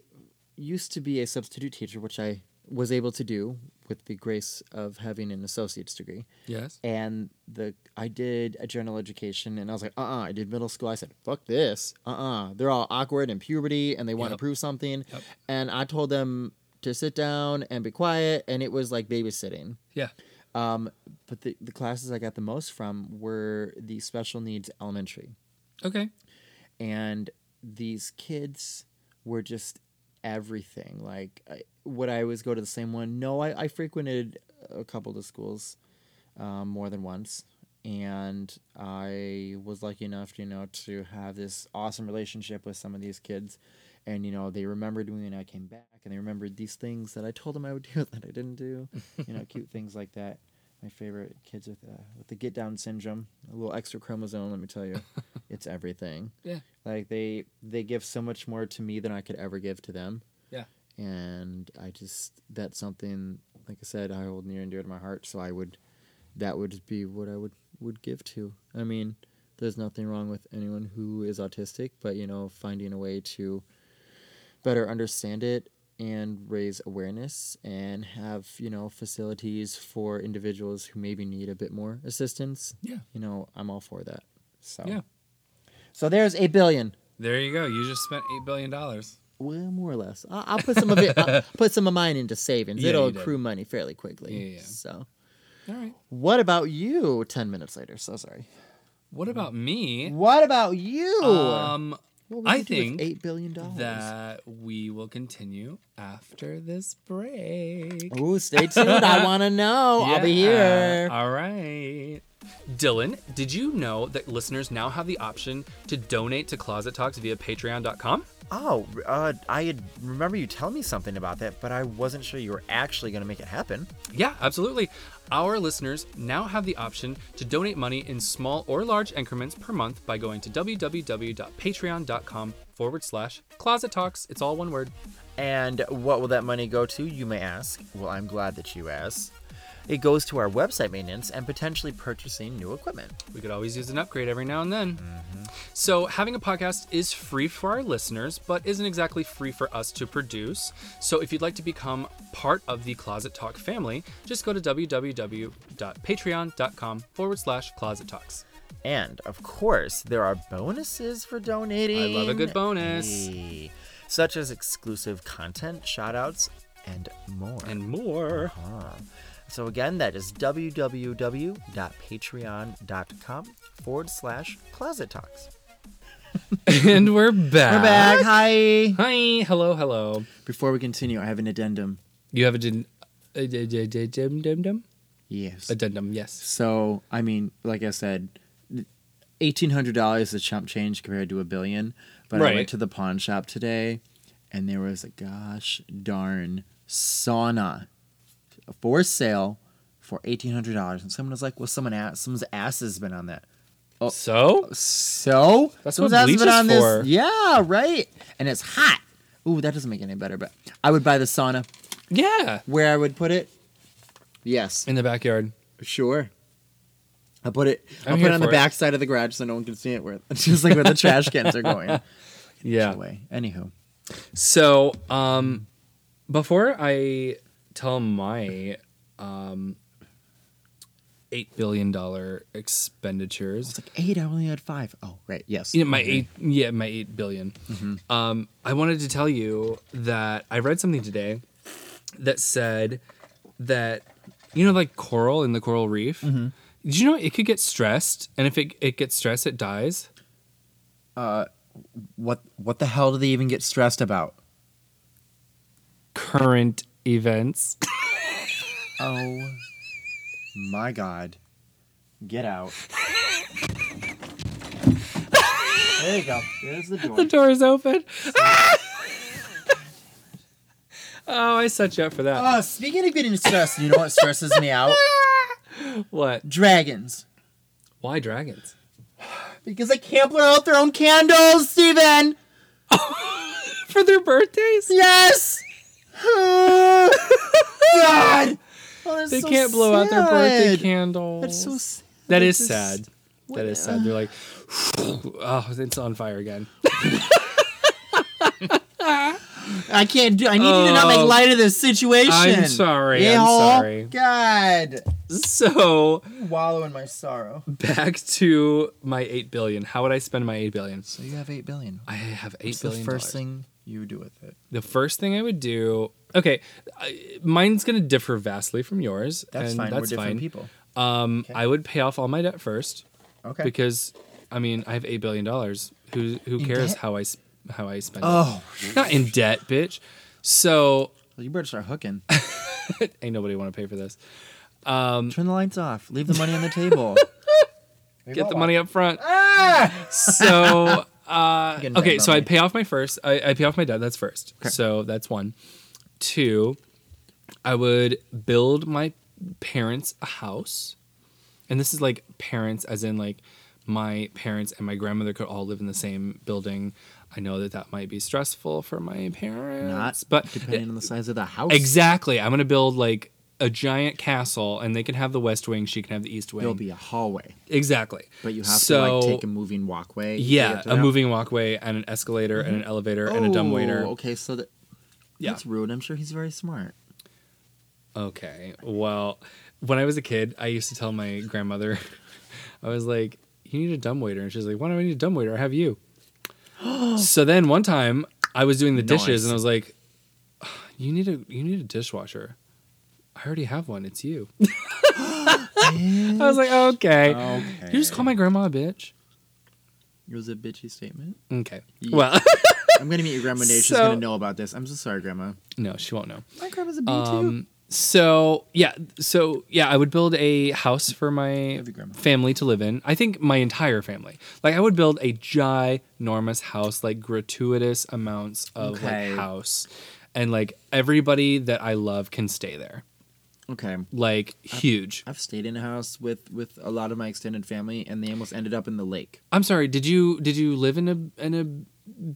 A: used to be a substitute teacher, which I was able to do with the grace of having an associate's degree
B: Yes.
A: and the I did a general education, and I was like, uh, uh I did middle school. I said, fuck this, uh, uh-uh. uh, they are all awkward and puberty, and they want to
B: Yep.
A: prove something.
B: Yep.
A: And I told them to sit down and be quiet, and it was like babysitting.
B: Yeah.
A: Um, but the, the classes I got the most from were the special needs elementary
B: Okay.
A: and these kids were just everything. Like, I, would I always go to the same one? No, I, I frequented a couple of the schools um, more than once. And I was lucky enough, you know, to have this awesome relationship with some of these kids. And, you know, they remembered me when I came back and they remembered these things that I told them I would do that I didn't do. You know, cute things like that. My favorite kids with, uh, with the get down syndrome, a little extra chromosome, let me tell you. it's everything
B: Yeah.
A: like they they give so much more to me than i could ever give to them
B: Yeah.
A: and i just that's something like i said i hold near and dear to my heart so i would that would be what i would would give to i mean there's nothing wrong with anyone who is autistic but you know finding a way to better understand it and raise awareness and have you know facilities for individuals who maybe need a bit more assistance
B: Yeah.
A: you know i'm all for that so
B: Yeah.
A: so there's a billion
B: There you go. You just spent eight billion dollars.
A: well, more or less. I'll, I'll put some of it. I'll put some of mine into savings.
B: Yeah,
A: It'll
B: you did.
A: accrue money fairly quickly.
B: Yeah, yeah, yeah.
A: So,
B: All right.
A: what about you? Ten minutes later. So sorry.
B: What about me?
A: What about you?
B: Um,
A: What
B: I
A: you do with
B: think
A: eight billion dollars.
B: that we will continue after this break.
A: Ooh, stay tuned. I want to know. I'll be
B: Yeah.
A: here.
B: All right. Dylan, did you know that listeners now have the option to donate to Closet Talks via Patreon.com?
D: Oh, uh, I had remember you telling me something about that, but I wasn't sure you were actually going to make it happen.
B: Yeah, absolutely. Our listeners now have the option to donate money in small or large increments per month by going to www.patreon.com forward slash closet talks. It's all one word.
D: And what will that money go to, you may ask? Well, I'm glad that you asked. It goes to our website maintenance and potentially purchasing new equipment.
B: We could always use an upgrade every now and then. So, having a podcast is free for our listeners, but isn't exactly free for us to produce. So, if you'd like to become part of the Closet Talk family, just go to www.patreon.com forward slash closet talks.
D: And of course, there are bonuses for donating.
B: I love a good bonus.
D: Hey. Such as exclusive content, shoutouts, and more.
B: And more.
D: Ah. So again, that is www.patreon.com forward slash closet talks.
B: and we're back.
A: We're back. Hi.
B: Hi. Hello, hello.
D: Before we continue, I have an addendum.
B: You have a din- addendum?
D: Yes.
B: Addendum, yes.
D: So, I mean, like I said,
A: eighteen hundred dollars is chump change compared to a billion. But I
B: Right.
A: went to the pawn shop today, and there was a gosh darn sauna for sale for eighteen hundred dollars, and someone was like, "Well, someone ass, someone's ass has been on that."
B: So
A: So
B: That's
A: someone's
B: what
A: ass has
B: bleach
A: been
B: is
A: on
B: for.
A: this, yeah, right, and it's hot. Ooh, that doesn't make it any better, but I would buy the sauna
B: yeah,
A: where I would put it. Yes,
B: in the backyard.
A: Sure. I put it.
B: I'm
A: i put
B: here
A: it on the
B: for it.
A: back side of the garage so no one can see it. Where just like where the trash cans are going.
B: Yeah.
A: Away. Anywho,
B: So, um, before I tell my um, eight billion dollar expenditures,
A: it's like eight. I only had five. Oh, right. Yes.
B: you know, my eight, yeah, my eight billion, Um, I wanted to tell you that I read something today that said that you know, like coral in the coral reef. Did you know it could get stressed, and if it it gets stressed, it dies.
A: What What the hell do they even get stressed about?
B: Current events.
A: Oh, my God! Get out. there you go. There's the door.
B: The door is open. oh, I set you up for that.
A: Oh, speaking of getting stressed, you know what stresses me out?
B: What?
A: Dragons.
B: Why dragons?
A: Because they can't put out their own candles, Steven!
B: For their birthdays?
A: Yes! Oh, God!
B: They can't blow out their birthday candles.
A: That's so sad.
B: That is
A: just-
B: sad. That is sad. They're like, oh, it's on fire again.
A: I can't do. I need you to not make
B: Oh.
A: light of this situation.
B: I'm sorry, I'm
A: Yeehaw.
B: sorry.
A: God,
B: So
A: wallow in my sorrow.
B: back to my eight billion. How would I spend my eight billion?
A: So you have eight billion.
B: I have
A: What's
B: eight billion.
A: the first
B: dollars.
A: thing you do with it?
B: The first thing I would do. Okay, I, mine's gonna differ vastly from yours.
A: That's
B: and
A: fine.
B: That's
A: We're different
B: fine.
A: people.
B: Um, I would pay off all my debt first
A: Okay.
B: because, I mean, I have eight billion dollars. Who who cares
A: debt?
B: how I s- how I spend?
A: oh,
B: it? not in debt, bitch. So
A: well, you better start hooking.
B: ain't nobody want to pay for this. Um,
A: Turn the lights off. Leave the money on the table.
B: Get the money up front. So uh,
A: Getting
B: okay,
A: debt
B: so I
A: money.
B: pay off my first. I, I pay off my debt. That's first. So that's one. Two, I would build my parents a house, and this is like parents, as in like my parents and my grandmother could all live in the same building. I know that that might be stressful for my parents,
A: Not,
B: but
A: depending on the size of the house.
B: exactly, I'm gonna build like a giant castle, and they can have the west wing, she can have the east wing.
A: There'll be a hallway,
B: exactly,
A: but you have to
B: So-
A: like take a moving walkway. to
B: yeah,
A: get to
B: a
A: that.
B: moving walkway and an escalator and an elevator and a dumb waiter.
A: Oh, Okay, so that
B: Yeah.
A: that's rude. I'm sure he's very smart.
B: Okay. Well, when I was a kid, I used to tell my grandmother, I was like, "You need a dumb waiter," and she's like, "Why do I need a dumb waiter? I have you." so then one time I was doing the
A: Nice.
B: dishes and I was like, "You need a you need a dishwasher. I already have one. It's you." I was like, "Okay."
A: Okay.
B: You just call my grandma a bitch.
A: It was a bitchy statement.
B: Okay.
A: Yeah.
B: Well,
A: I'm gonna meet your grandma today. She's
B: So-
A: gonna know about this. I'm so sorry, grandma.
B: no, she won't know.
A: My grandma's a B too.
B: Um, so yeah, so yeah, I would build a house for my
A: Love you, Grandma.
B: family to live in. I think my entire family. Like I would build a ginormous house, like gratuitous amounts of
A: Okay.
B: like house, and like everybody that I love can stay there.
A: Okay.
B: Like
A: Uh,
B: huge.
A: I've stayed in a house with with a lot of my extended family, and they almost ended up in the lake.
B: I'm sorry. Did you did you live in a in a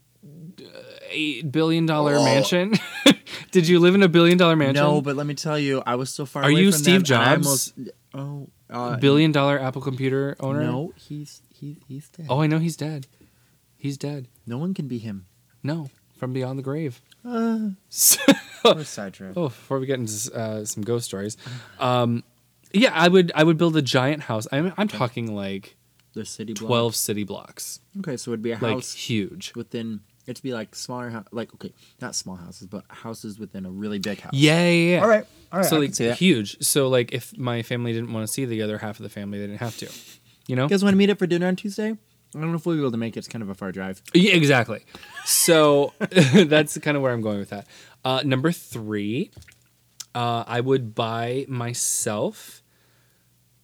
B: uh, eight billion dollar mansion? did you live in a billion dollar mansion?
A: No, but let me tell you, I was so far.
B: Are
A: away
B: you
A: from
B: Steve
A: them, and I
B: Jobs?
A: almost- oh, uh,
B: billion dollar Apple computer owner.
A: No, he's he, he's dead.
B: Oh, I know he's dead. He's dead.
A: No one can be him.
B: No, from beyond the grave.
A: Uh,
B: So-
A: we're sidetracked.
B: oh, before we get into uh, some ghost stories, um, yeah, I would I would build a giant house. I'm I'm talking like
A: The city block.
B: twelve city blocks,
A: Okay, so it'd be a
B: like
A: house
B: huge.
A: within it'd be like smaller hou- like okay not small houses but houses within a really big house
B: Yeah, yeah, yeah.
A: all right all right
B: so
A: I
B: like
A: can see that. you
B: huge. So like if my family didn't want to see the other half of the family, they didn't have to. You know?
A: guys want to meet up for dinner on tuesday i don't know if we'll be able to make it it's kind of a far drive
B: Yeah, exactly. So that's kind of where I'm going with that. Uh, number three, uh, I would buy myself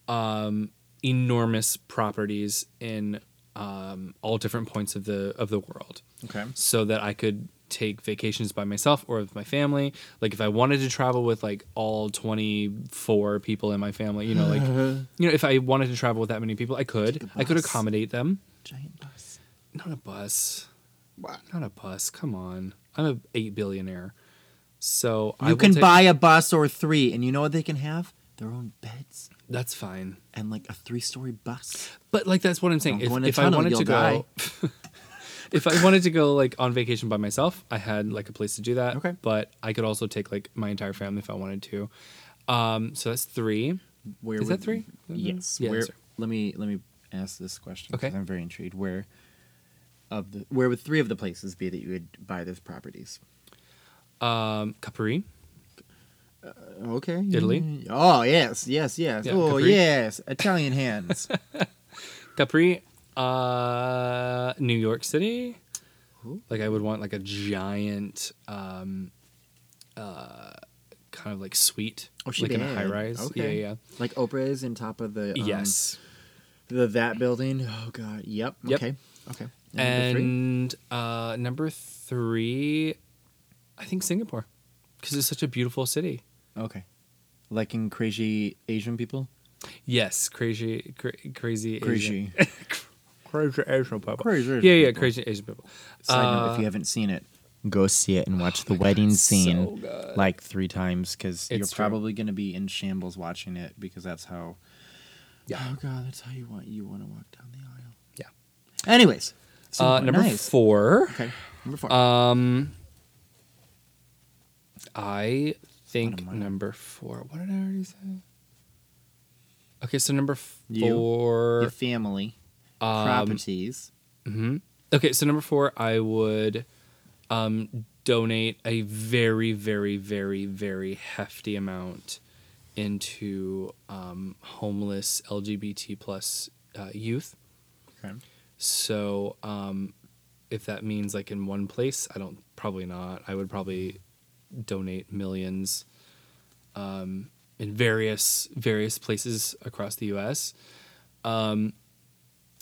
B: um, enormous properties in um, all different points of the of the world
A: Okay.
B: so that I could take vacations by myself or with my family. Like if I wanted to travel with like all 24 people in my family, you know, like you know, if I wanted to travel with that many people, I could. I could
A: bus.
B: accommodate them.
A: Giant bus.
B: Not a bus. Not a bus. Come on. I'm a 8 billionaire. So I
A: You
B: will
A: can
B: take-
A: buy a bus or three, and you know what they can have? Their own beds
B: That's fine.
A: and like a three-story bus.
B: But like that's what I'm saying.
A: Don't
B: If,
A: go in a
B: if I
A: tunnel,
B: wanted
A: you'll
B: to go, if I wanted to go like on vacation by myself, I had like a place to do that.
A: Okay.
B: But I could also take like my entire family if I wanted to. Um, so that's three.
A: Where
B: Is that three?
A: Yes.
B: Yeah,
A: where,
B: that's right.
A: let me let me ask this question. 'cause
B: Okay.
A: I'm very intrigued. Where of the where would three of the places be that you would buy those properties?
B: Um, Capri.
A: Okay.
B: Italy?
A: Oh yes, yes, yes.
B: Yeah,
A: oh
B: Capri.
A: yes, Italian hands.
B: Capri. Uh, New York City. Like I would want like a giant, um, uh, kind of like suite,
A: Oh, she
B: like in a
A: did.
B: high rise.
A: Okay.
B: Yeah, yeah.
A: like Oprah is in top of the um,
B: yes.
A: the that building. Oh god. Yep.
B: Yep.
A: Okay. Okay. number three?
B: and uh, number three, I think Singapore, because it's such a beautiful city.
A: okay. Like in crazy Asian people.
B: Yes, crazy, cra- crazy, Asian-
A: Crazy.
B: crazy Asian people.
A: Crazy Asian
B: yeah, yeah,
A: people.
B: crazy Asian people.
A: Side note, if
B: Uh,
A: you haven't seen it, go see it and watch the wedding
B: it's so
A: scene
B: good.
A: like three times because you're
B: It's true.
A: probably going to be in shambles watching it because that's how.
B: Yeah.
A: Oh God, that's how you want you want to walk down the aisle.
B: Yeah.
A: Anyways, so
B: uh, number
A: nice.
B: four.
A: Okay, number four.
B: Um, I think
A: Bottom line.
B: number four. What did I already say? Okay, so number
A: You.
B: four.
A: Your family,
B: um,
A: properties.
B: hmm Okay, so number four, I would um, donate a very, very, very, very hefty amount into um, homeless LGBT plus uh, youth.
A: Okay.
B: So um, if that means like in one place, I don't probably not. I would probably donate millions um, in various various places across the U.S. Um,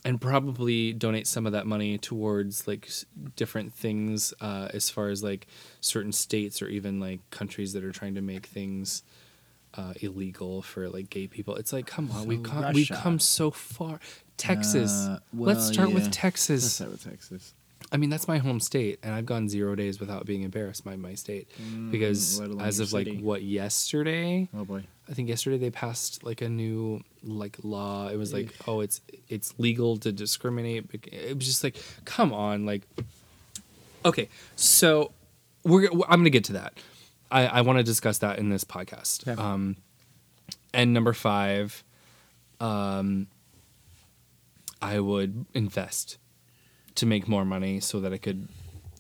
B: and probably donate some of that money towards like s- different things uh, as far as like certain states or even like countries that are trying to make things uh, illegal for like gay people. It's like come on, we've
A: So
B: come we've
A: Russia.
B: come so far. Texas.
A: Uh,
B: Let's
A: well,
B: start
A: yeah.
B: with
A: Let's
B: Texas.
A: start with Texas.
B: I mean, that's my home state, and I've gone zero days without being embarrassed by my state because
A: Mm, let alone
B: as
A: your
B: of
A: city.
B: like what yesterday,
A: Oh boy.
B: I think yesterday they passed like a new like law. It was like, oh, it's it's legal to discriminate. bec- It was just like, come on, like, okay, so we're I'm gonna get to that. I I want to discuss that in this podcast.
A: Okay.
B: Um, and number five, um, I would invest to make more money so that I could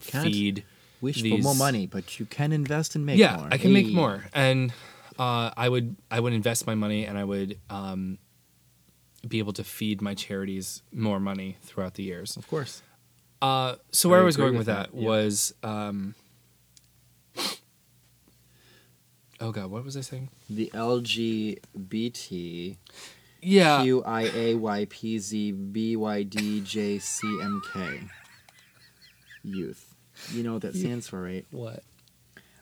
A: Can't
B: feed
A: Wish for
B: these-
A: more money, but you can invest and make
B: yeah,
A: more.
B: I can make
A: Hey.
B: more, and uh, I would I would invest my money, and I would um, be able to feed my charities more money throughout the years.
A: Of course.
B: Uh, so
A: I
B: where I, was
A: agree
B: going
A: with
B: with that,
A: that, yeah.
B: was, um, oh god, what was I saying?
A: The LGBT
B: Yeah,
A: Q I A Y P Z B Y D J C M K. Youth. You know what that stands for, right?
B: what?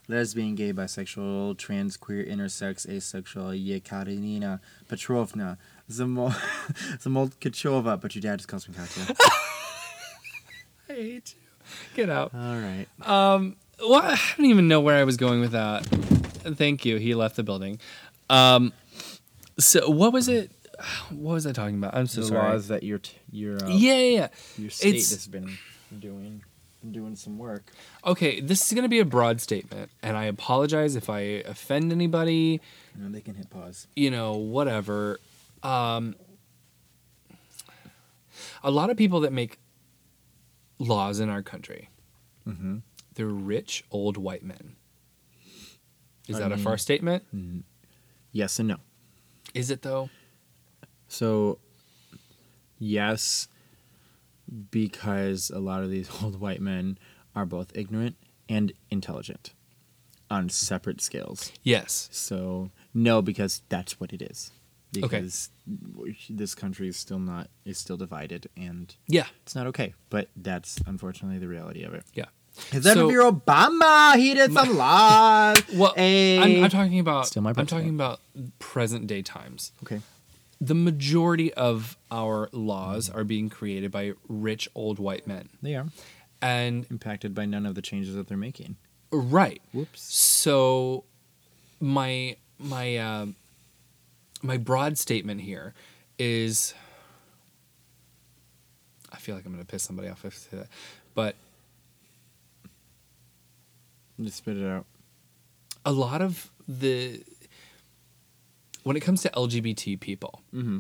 A: Lesbian, gay, bisexual, trans, queer, intersex, asexual, Yekaterina Petrovna, Zamol- Zamolkachova, but your dad just calls me Katya.
B: I hate you. Get out.
A: All right.
B: Well, I don't even know where I was going with that. Thank you. He left the building. Um, so what was it? What was I talking about? I'm so
A: The
B: sorry.
A: laws that your t- your uh,
B: Yeah, yeah, yeah.
A: your state
B: it's-
A: has been doing been doing some work.
B: Okay, this is going to be a broad statement, and I apologize if I offend anybody,
A: You know, they can hit pause.
B: you know, whatever. Um, a lot of people that make laws in our country,
A: Mhm.
B: they're rich old white men. Is that a far statement?
A: Mm-hmm. Yes and no.
B: Is it though?
A: So, yes, because a lot of these old white men are both ignorant and intelligent on separate scales.
B: Yes.
A: So, no, because that's what it is. because this country is still not is still divided and
B: Yeah.
A: it's not okay. But that's unfortunately the reality of it.
B: Yeah.
A: Except for Obama, he did some laws. Eh.
B: Well, I'm,
A: Hey.
B: I'm talking about
A: Still my
B: I'm
A: birthday.
B: talking about present day times.
A: okay.
B: The majority of our laws are being created by rich old white men,
A: They are
B: and
A: impacted by none of the changes that they're making.
B: right.
A: Whoops.
B: So, my my um my broad statement here is, I feel like I'm going to piss somebody off if I say that, but
A: Just spit it out.
B: a lot of the when it comes to LGBT people,
A: Mm-hmm.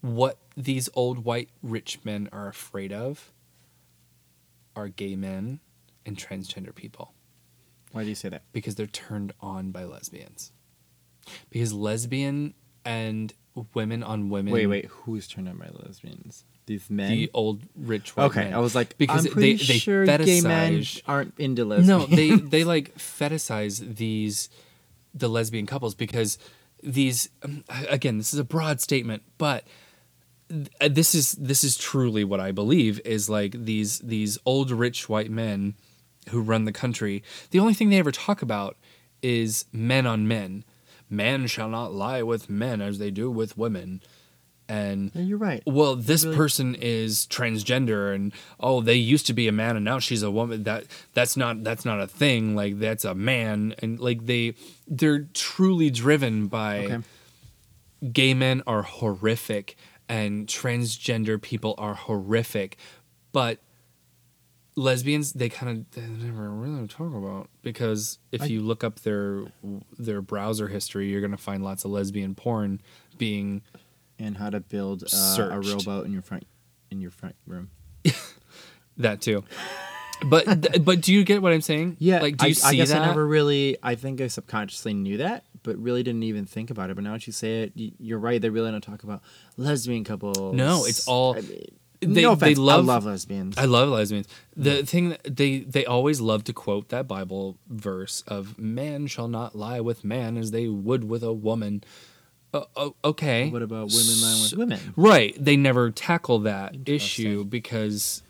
B: what these old white rich men are afraid of are gay men and transgender people
A: Why do you say that?
B: because they're turned on by lesbians. Because lesbian and women on women.
A: Wait, wait. Who is turned on by lesbians? These men.
B: The old rich white
A: okay,
B: men.
A: I was like,
B: because
A: I'm pretty
B: they, they
A: sure gay men
B: fetishize-
A: aren't into lesbians.
B: no they they like fetishize these the lesbian couples because these um, again this is a broad statement but th- uh, this is this is truly what i believe is like these these old rich white men who run the country the only thing they ever talk about is men on men man shall not lie with men as they do with women and
A: Yeah, you're right.
B: well this person is transgender and oh they used to be a man and now she's a woman that that's not that's not a thing like that's a man and like they they're truly driven by
A: Okay.
B: gay men are horrific and transgender people are horrific but lesbians they kind of they never really talk about because if you look up their their browser history you're going to find lots of lesbian porn being
A: And how to build uh, a
B: Searched.
A: rowboat in your front in your front room.
B: That too. But th- but do you get what I'm saying?
A: Yeah,
B: Like do you
A: I,
B: see
A: I guess
B: that?
A: I never really. I think I subconsciously knew that, but really didn't even think about it. But now that you say it, y- you're right. They really don't talk about lesbian couples.
B: No, it's all-
A: I mean,
B: they-
A: no
B: they
A: offense,
B: love-
A: I love lesbians.
B: I love lesbians. The thing that they they always love to quote that Bible verse of "Man shall not lie with man as they would with a woman." Uh, oh, okay.
A: what about women lying with
B: So-
A: women?
B: Right. They never tackle that issue because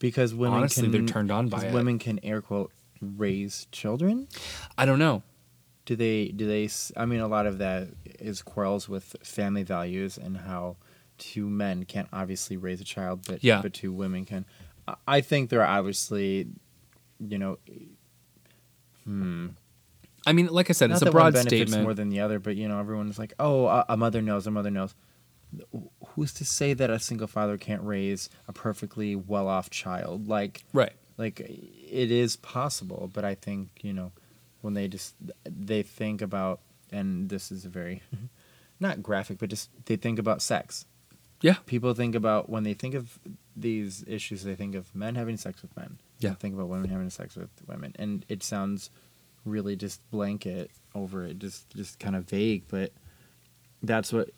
A: Because women
B: Honestly,
A: can,
B: they're turned on by
A: 'cause
B: it.
A: Women can air quote raise children.
B: I don't know.
A: Do they? Do they? s- I mean, a lot of that is quarrels with family values and how two men can't obviously raise a child, but
B: Yeah.
A: but two women can. I- I think there are obviously, you know,
B: I mean, like I said, it's
A: not
B: a
A: that one
B: broad
A: benefits
B: statement.
A: more than the other, but you know, everyone's like, "Oh, a, a mother knows, a mother knows." Who's to say that a single father can't raise a perfectly well-off child? Like,
B: right.
A: like it is possible, but I think you know when they just they think about, and this is a very not graphic, but just they think about sex.
B: Yeah.
A: People think about when they think of these issues, they think of men having sex with men. They
B: Yeah.
A: think about women having sex with women, and it sounds really just blanket over it, just just kind of vague, but that's what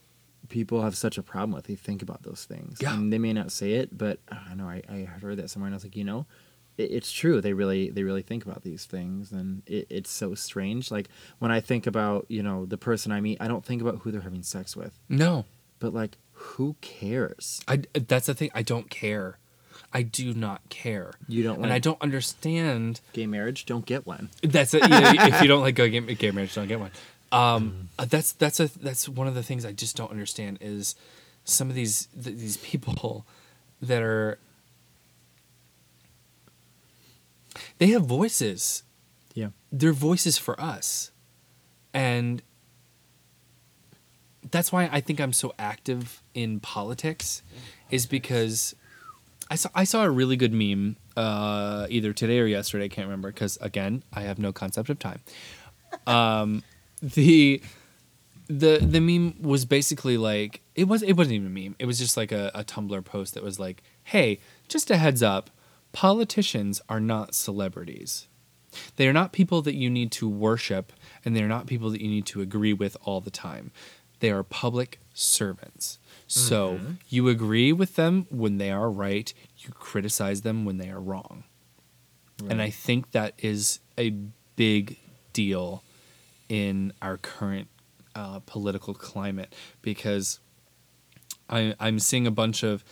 A: people have such a problem with. They think about those things,
B: Yeah.
A: and they may not say it, but I don't know. I, I heard that somewhere, and I was like, you know, it, it's true. They really they really think about these things, and it, it's so strange. Like when I think about you know the person I meet, I don't think about who they're having sex with,
B: No.
A: but like who cares?
B: I that's the thing. I don't care. I do not care.
A: You don't
B: and
A: like-
B: I don't understand
A: Gay marriage, don't get one.
B: That's it. Yeah, if you don't like go gay, gay marriage, don't get one. Um, uh, that's that's a that's one of the things I just don't understand is some of these th- these people that are they have voices.
A: Yeah,
B: They're voices for us, and that's why I think I'm so active in politics, is because I saw I saw a really good meme uh, either today or yesterday. I can't remember because again, I have no concept of time. Um, the the the meme was basically like it was it wasn't even a meme. It was just like a, a Tumblr post that was like, "Hey, just a heads up, politicians are not celebrities. They are not people that you need to worship, and they are not people that you need to agree with all the time. They are public servants. So you agree with them when they are right, you criticize them when they are wrong. And I think that is a big deal in our current uh, political climate because I, I'm seeing a bunch of,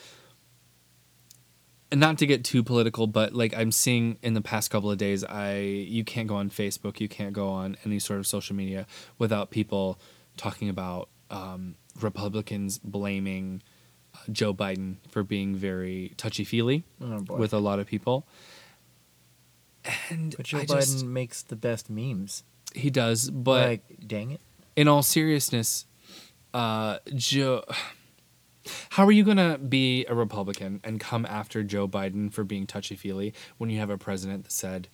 B: and not to get too political, but like I'm seeing in the past couple of days, I you can't go on Facebook, you can't go on any sort of social media without people talking about um, Republicans blaming uh, Joe Biden for being very touchy feely
A: Oh, boy.
B: with a lot of people. And
A: But Joe
B: I
A: Biden
B: just-
A: makes the best memes.
B: he does, but
A: like, dang it.
B: in all seriousness, uh, Joe, how are you going to be a Republican and come after Joe Biden for being touchy feely when you have a president that said,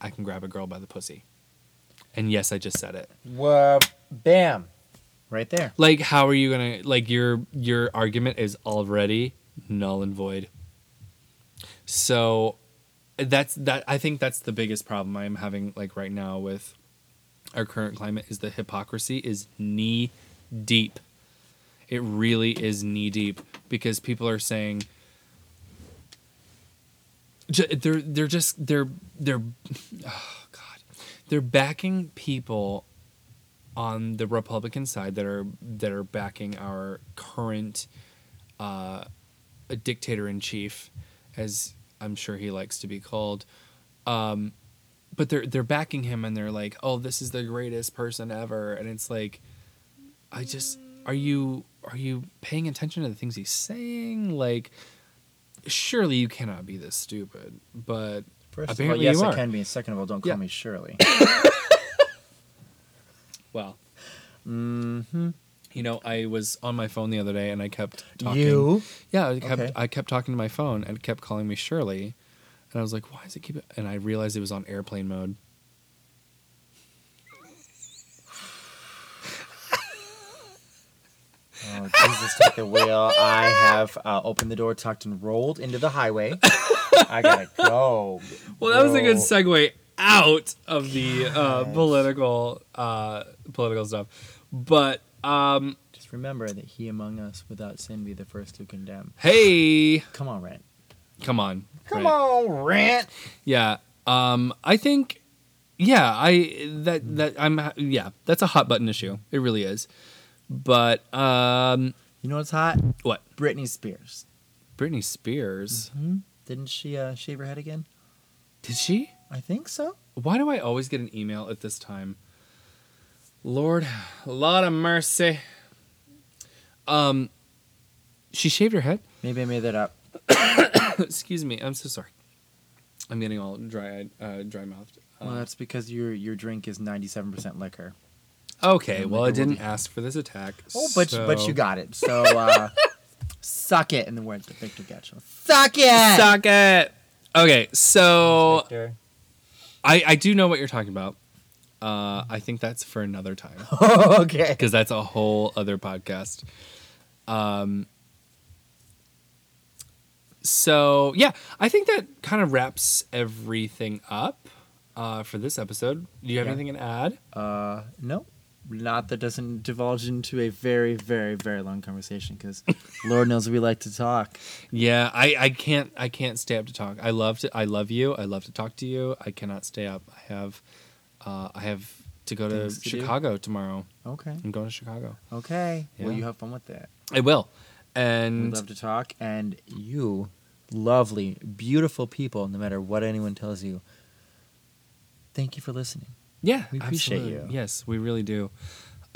B: I can grab a girl by the pussy? And yes, I just said it.
A: Whoa, bam. Right there.
B: Like, how are you gonna like your your argument is already null and void. So, that's that. I think that's the biggest problem I'm having like right now with our current climate is the hypocrisy is knee deep. It really is knee deep because people are saying ju- they're they're just they're they're oh god they're backing people on the Republican side that are that are backing our current uh, dictator in chief, as I'm sure he likes to be called. Um, but they're they're backing him and they're like, oh, this is the greatest person ever, and it's like, I just are you are you paying attention to the things he's saying? Like, surely you cannot be this stupid, but.
A: First
B: Apparently
A: of all, yes,
B: you
A: it
B: are.
A: can be. Second of all, don't call
B: Yeah.
A: me Shirley.
B: Well,
A: mm-hmm.
B: you know, I was on my phone the other day and I kept talking.
A: You.
B: Yeah, I kept
A: Okay.
B: I kept talking to my phone and it kept calling me Shirley, and I was like, "Why is it keep?" And I realized it was on airplane mode.
A: Oh, Jesus, take the wheel. I have uh, opened the door, tucked, and rolled into the highway. I gotta go.
B: Well, that was a good
A: Bro.
B: segue out of the uh, political uh, political stuff, but um,
A: Just remember that he among us without sin be the first to condemn.
B: hey,
A: Come on, Rent.
B: come on,
A: Come
B: Right.
A: on, Rent.
B: yeah. Um, I think, yeah, I that that I'm yeah, that's a hot button issue. It really is, but um,
A: You know what's hot?
B: what
A: Britney Spears.
B: Britney Spears
A: Hmm? Didn't she uh, shave her head again?
B: did she?
A: I think so.
B: Why do I always get an email at this time? Lord, Lord of mercy. Um, she shaved her head.
A: Maybe I made that up.
B: Excuse me. I'm so sorry. I'm getting all dry, uh, dry mouthed.
A: Well, that's because your your drink is ninety seven percent liquor.
B: Okay. Well, Um, I
A: like a
B: didn't ask for this attack.
A: Oh, but but
B: so-
A: you got it. So uh, suck it in the words of Victor Gatchel. Suck it.
B: Suck it. Okay. So
A: Victor.
B: I I do know what you're talking about. Uh, I think that's for another time.
A: okay.
B: because that's a whole other podcast. Um, so yeah, I think that kind of wraps everything up uh, for this episode. Do you have
A: Yeah.
B: anything to add?
A: Uh, no, not that doesn't divulge into a very very very long conversation because Lord knows we like to talk.
B: Yeah, I, I can't I can't stay up to talk. I love to I love you. I love to talk to you. I cannot stay up. I have uh, I have to go to,
A: Things to do?
B: Chicago tomorrow.
A: Okay.
B: I'm going to Chicago.
A: Okay. Well,
B: Yeah. Mm.
A: you have fun with that.
B: I will.
A: We
B: And
A: love to talk, and you, lovely, beautiful people, no matter what anyone tells you. Thank you for listening.
B: yeah,
A: We appreciate you.
B: Yes, we really do.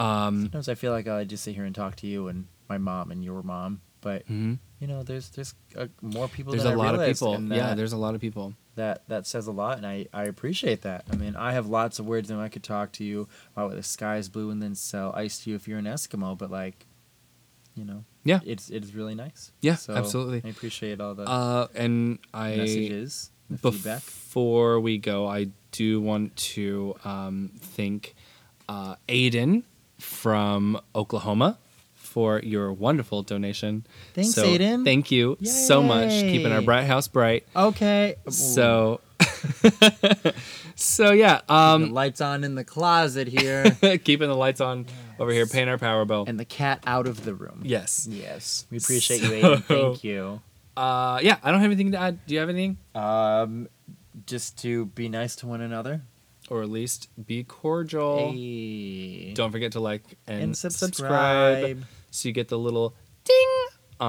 B: Um,
A: Sometimes I feel like I just sit here and talk to you and my mom and your mom, but
B: mhm.
A: you know, there's there's uh, more people.
B: there's
A: than
B: a
A: I
B: lot of
A: realized,
B: people.
A: and
B: Yeah,
A: that-
B: there's a lot of people.
A: that that says a lot and I, I appreciate that i mean i have lots of words and i could talk to you about the sky is blue and then sell ice to you if you're an eskimo but like you know
B: Yeah.
A: it's it's really nice
B: Yeah, absolutely.
A: i appreciate all the
B: Uh, and I
A: messages the feedback
B: before we go, I do want to um, thank uh, Aiden from Oklahoma for your wonderful donation.
A: Thanks,
B: so,
A: Aiden.
B: Thank you so much, keeping our
A: Yay.
B: bright house bright.
A: okay Ooh,
B: So, so yeah,
A: the
B: um,
A: lights on in the closet here
B: keeping the lights on over here, paying our power bill.
A: and the cat out of the room
B: yes.
A: yes we appreciate you
B: So-
A: Aiden. thank you
B: Uh, yeah, I don't have anything to add. Do you have anything?
A: um just to be nice to one another
B: or at least be cordial.
A: Hey.
B: Don't forget to like and,
A: And
B: subscribe.
A: subscribe.
B: so you get the little ding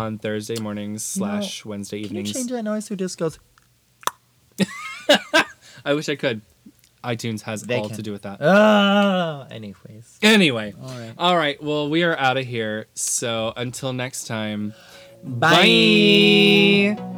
B: on Thursday mornings slash Wednesday
A: Can you
B: evenings.
A: change that noise to just goes?
B: I wish I could. iTunes has
A: They
B: all to
A: can. Oh.
B: do with that.
A: Ah. Anyways.
B: Anyway,
A: All right.
B: all right. Well, we are out of here. So until next time,
A: Bye.
B: bye.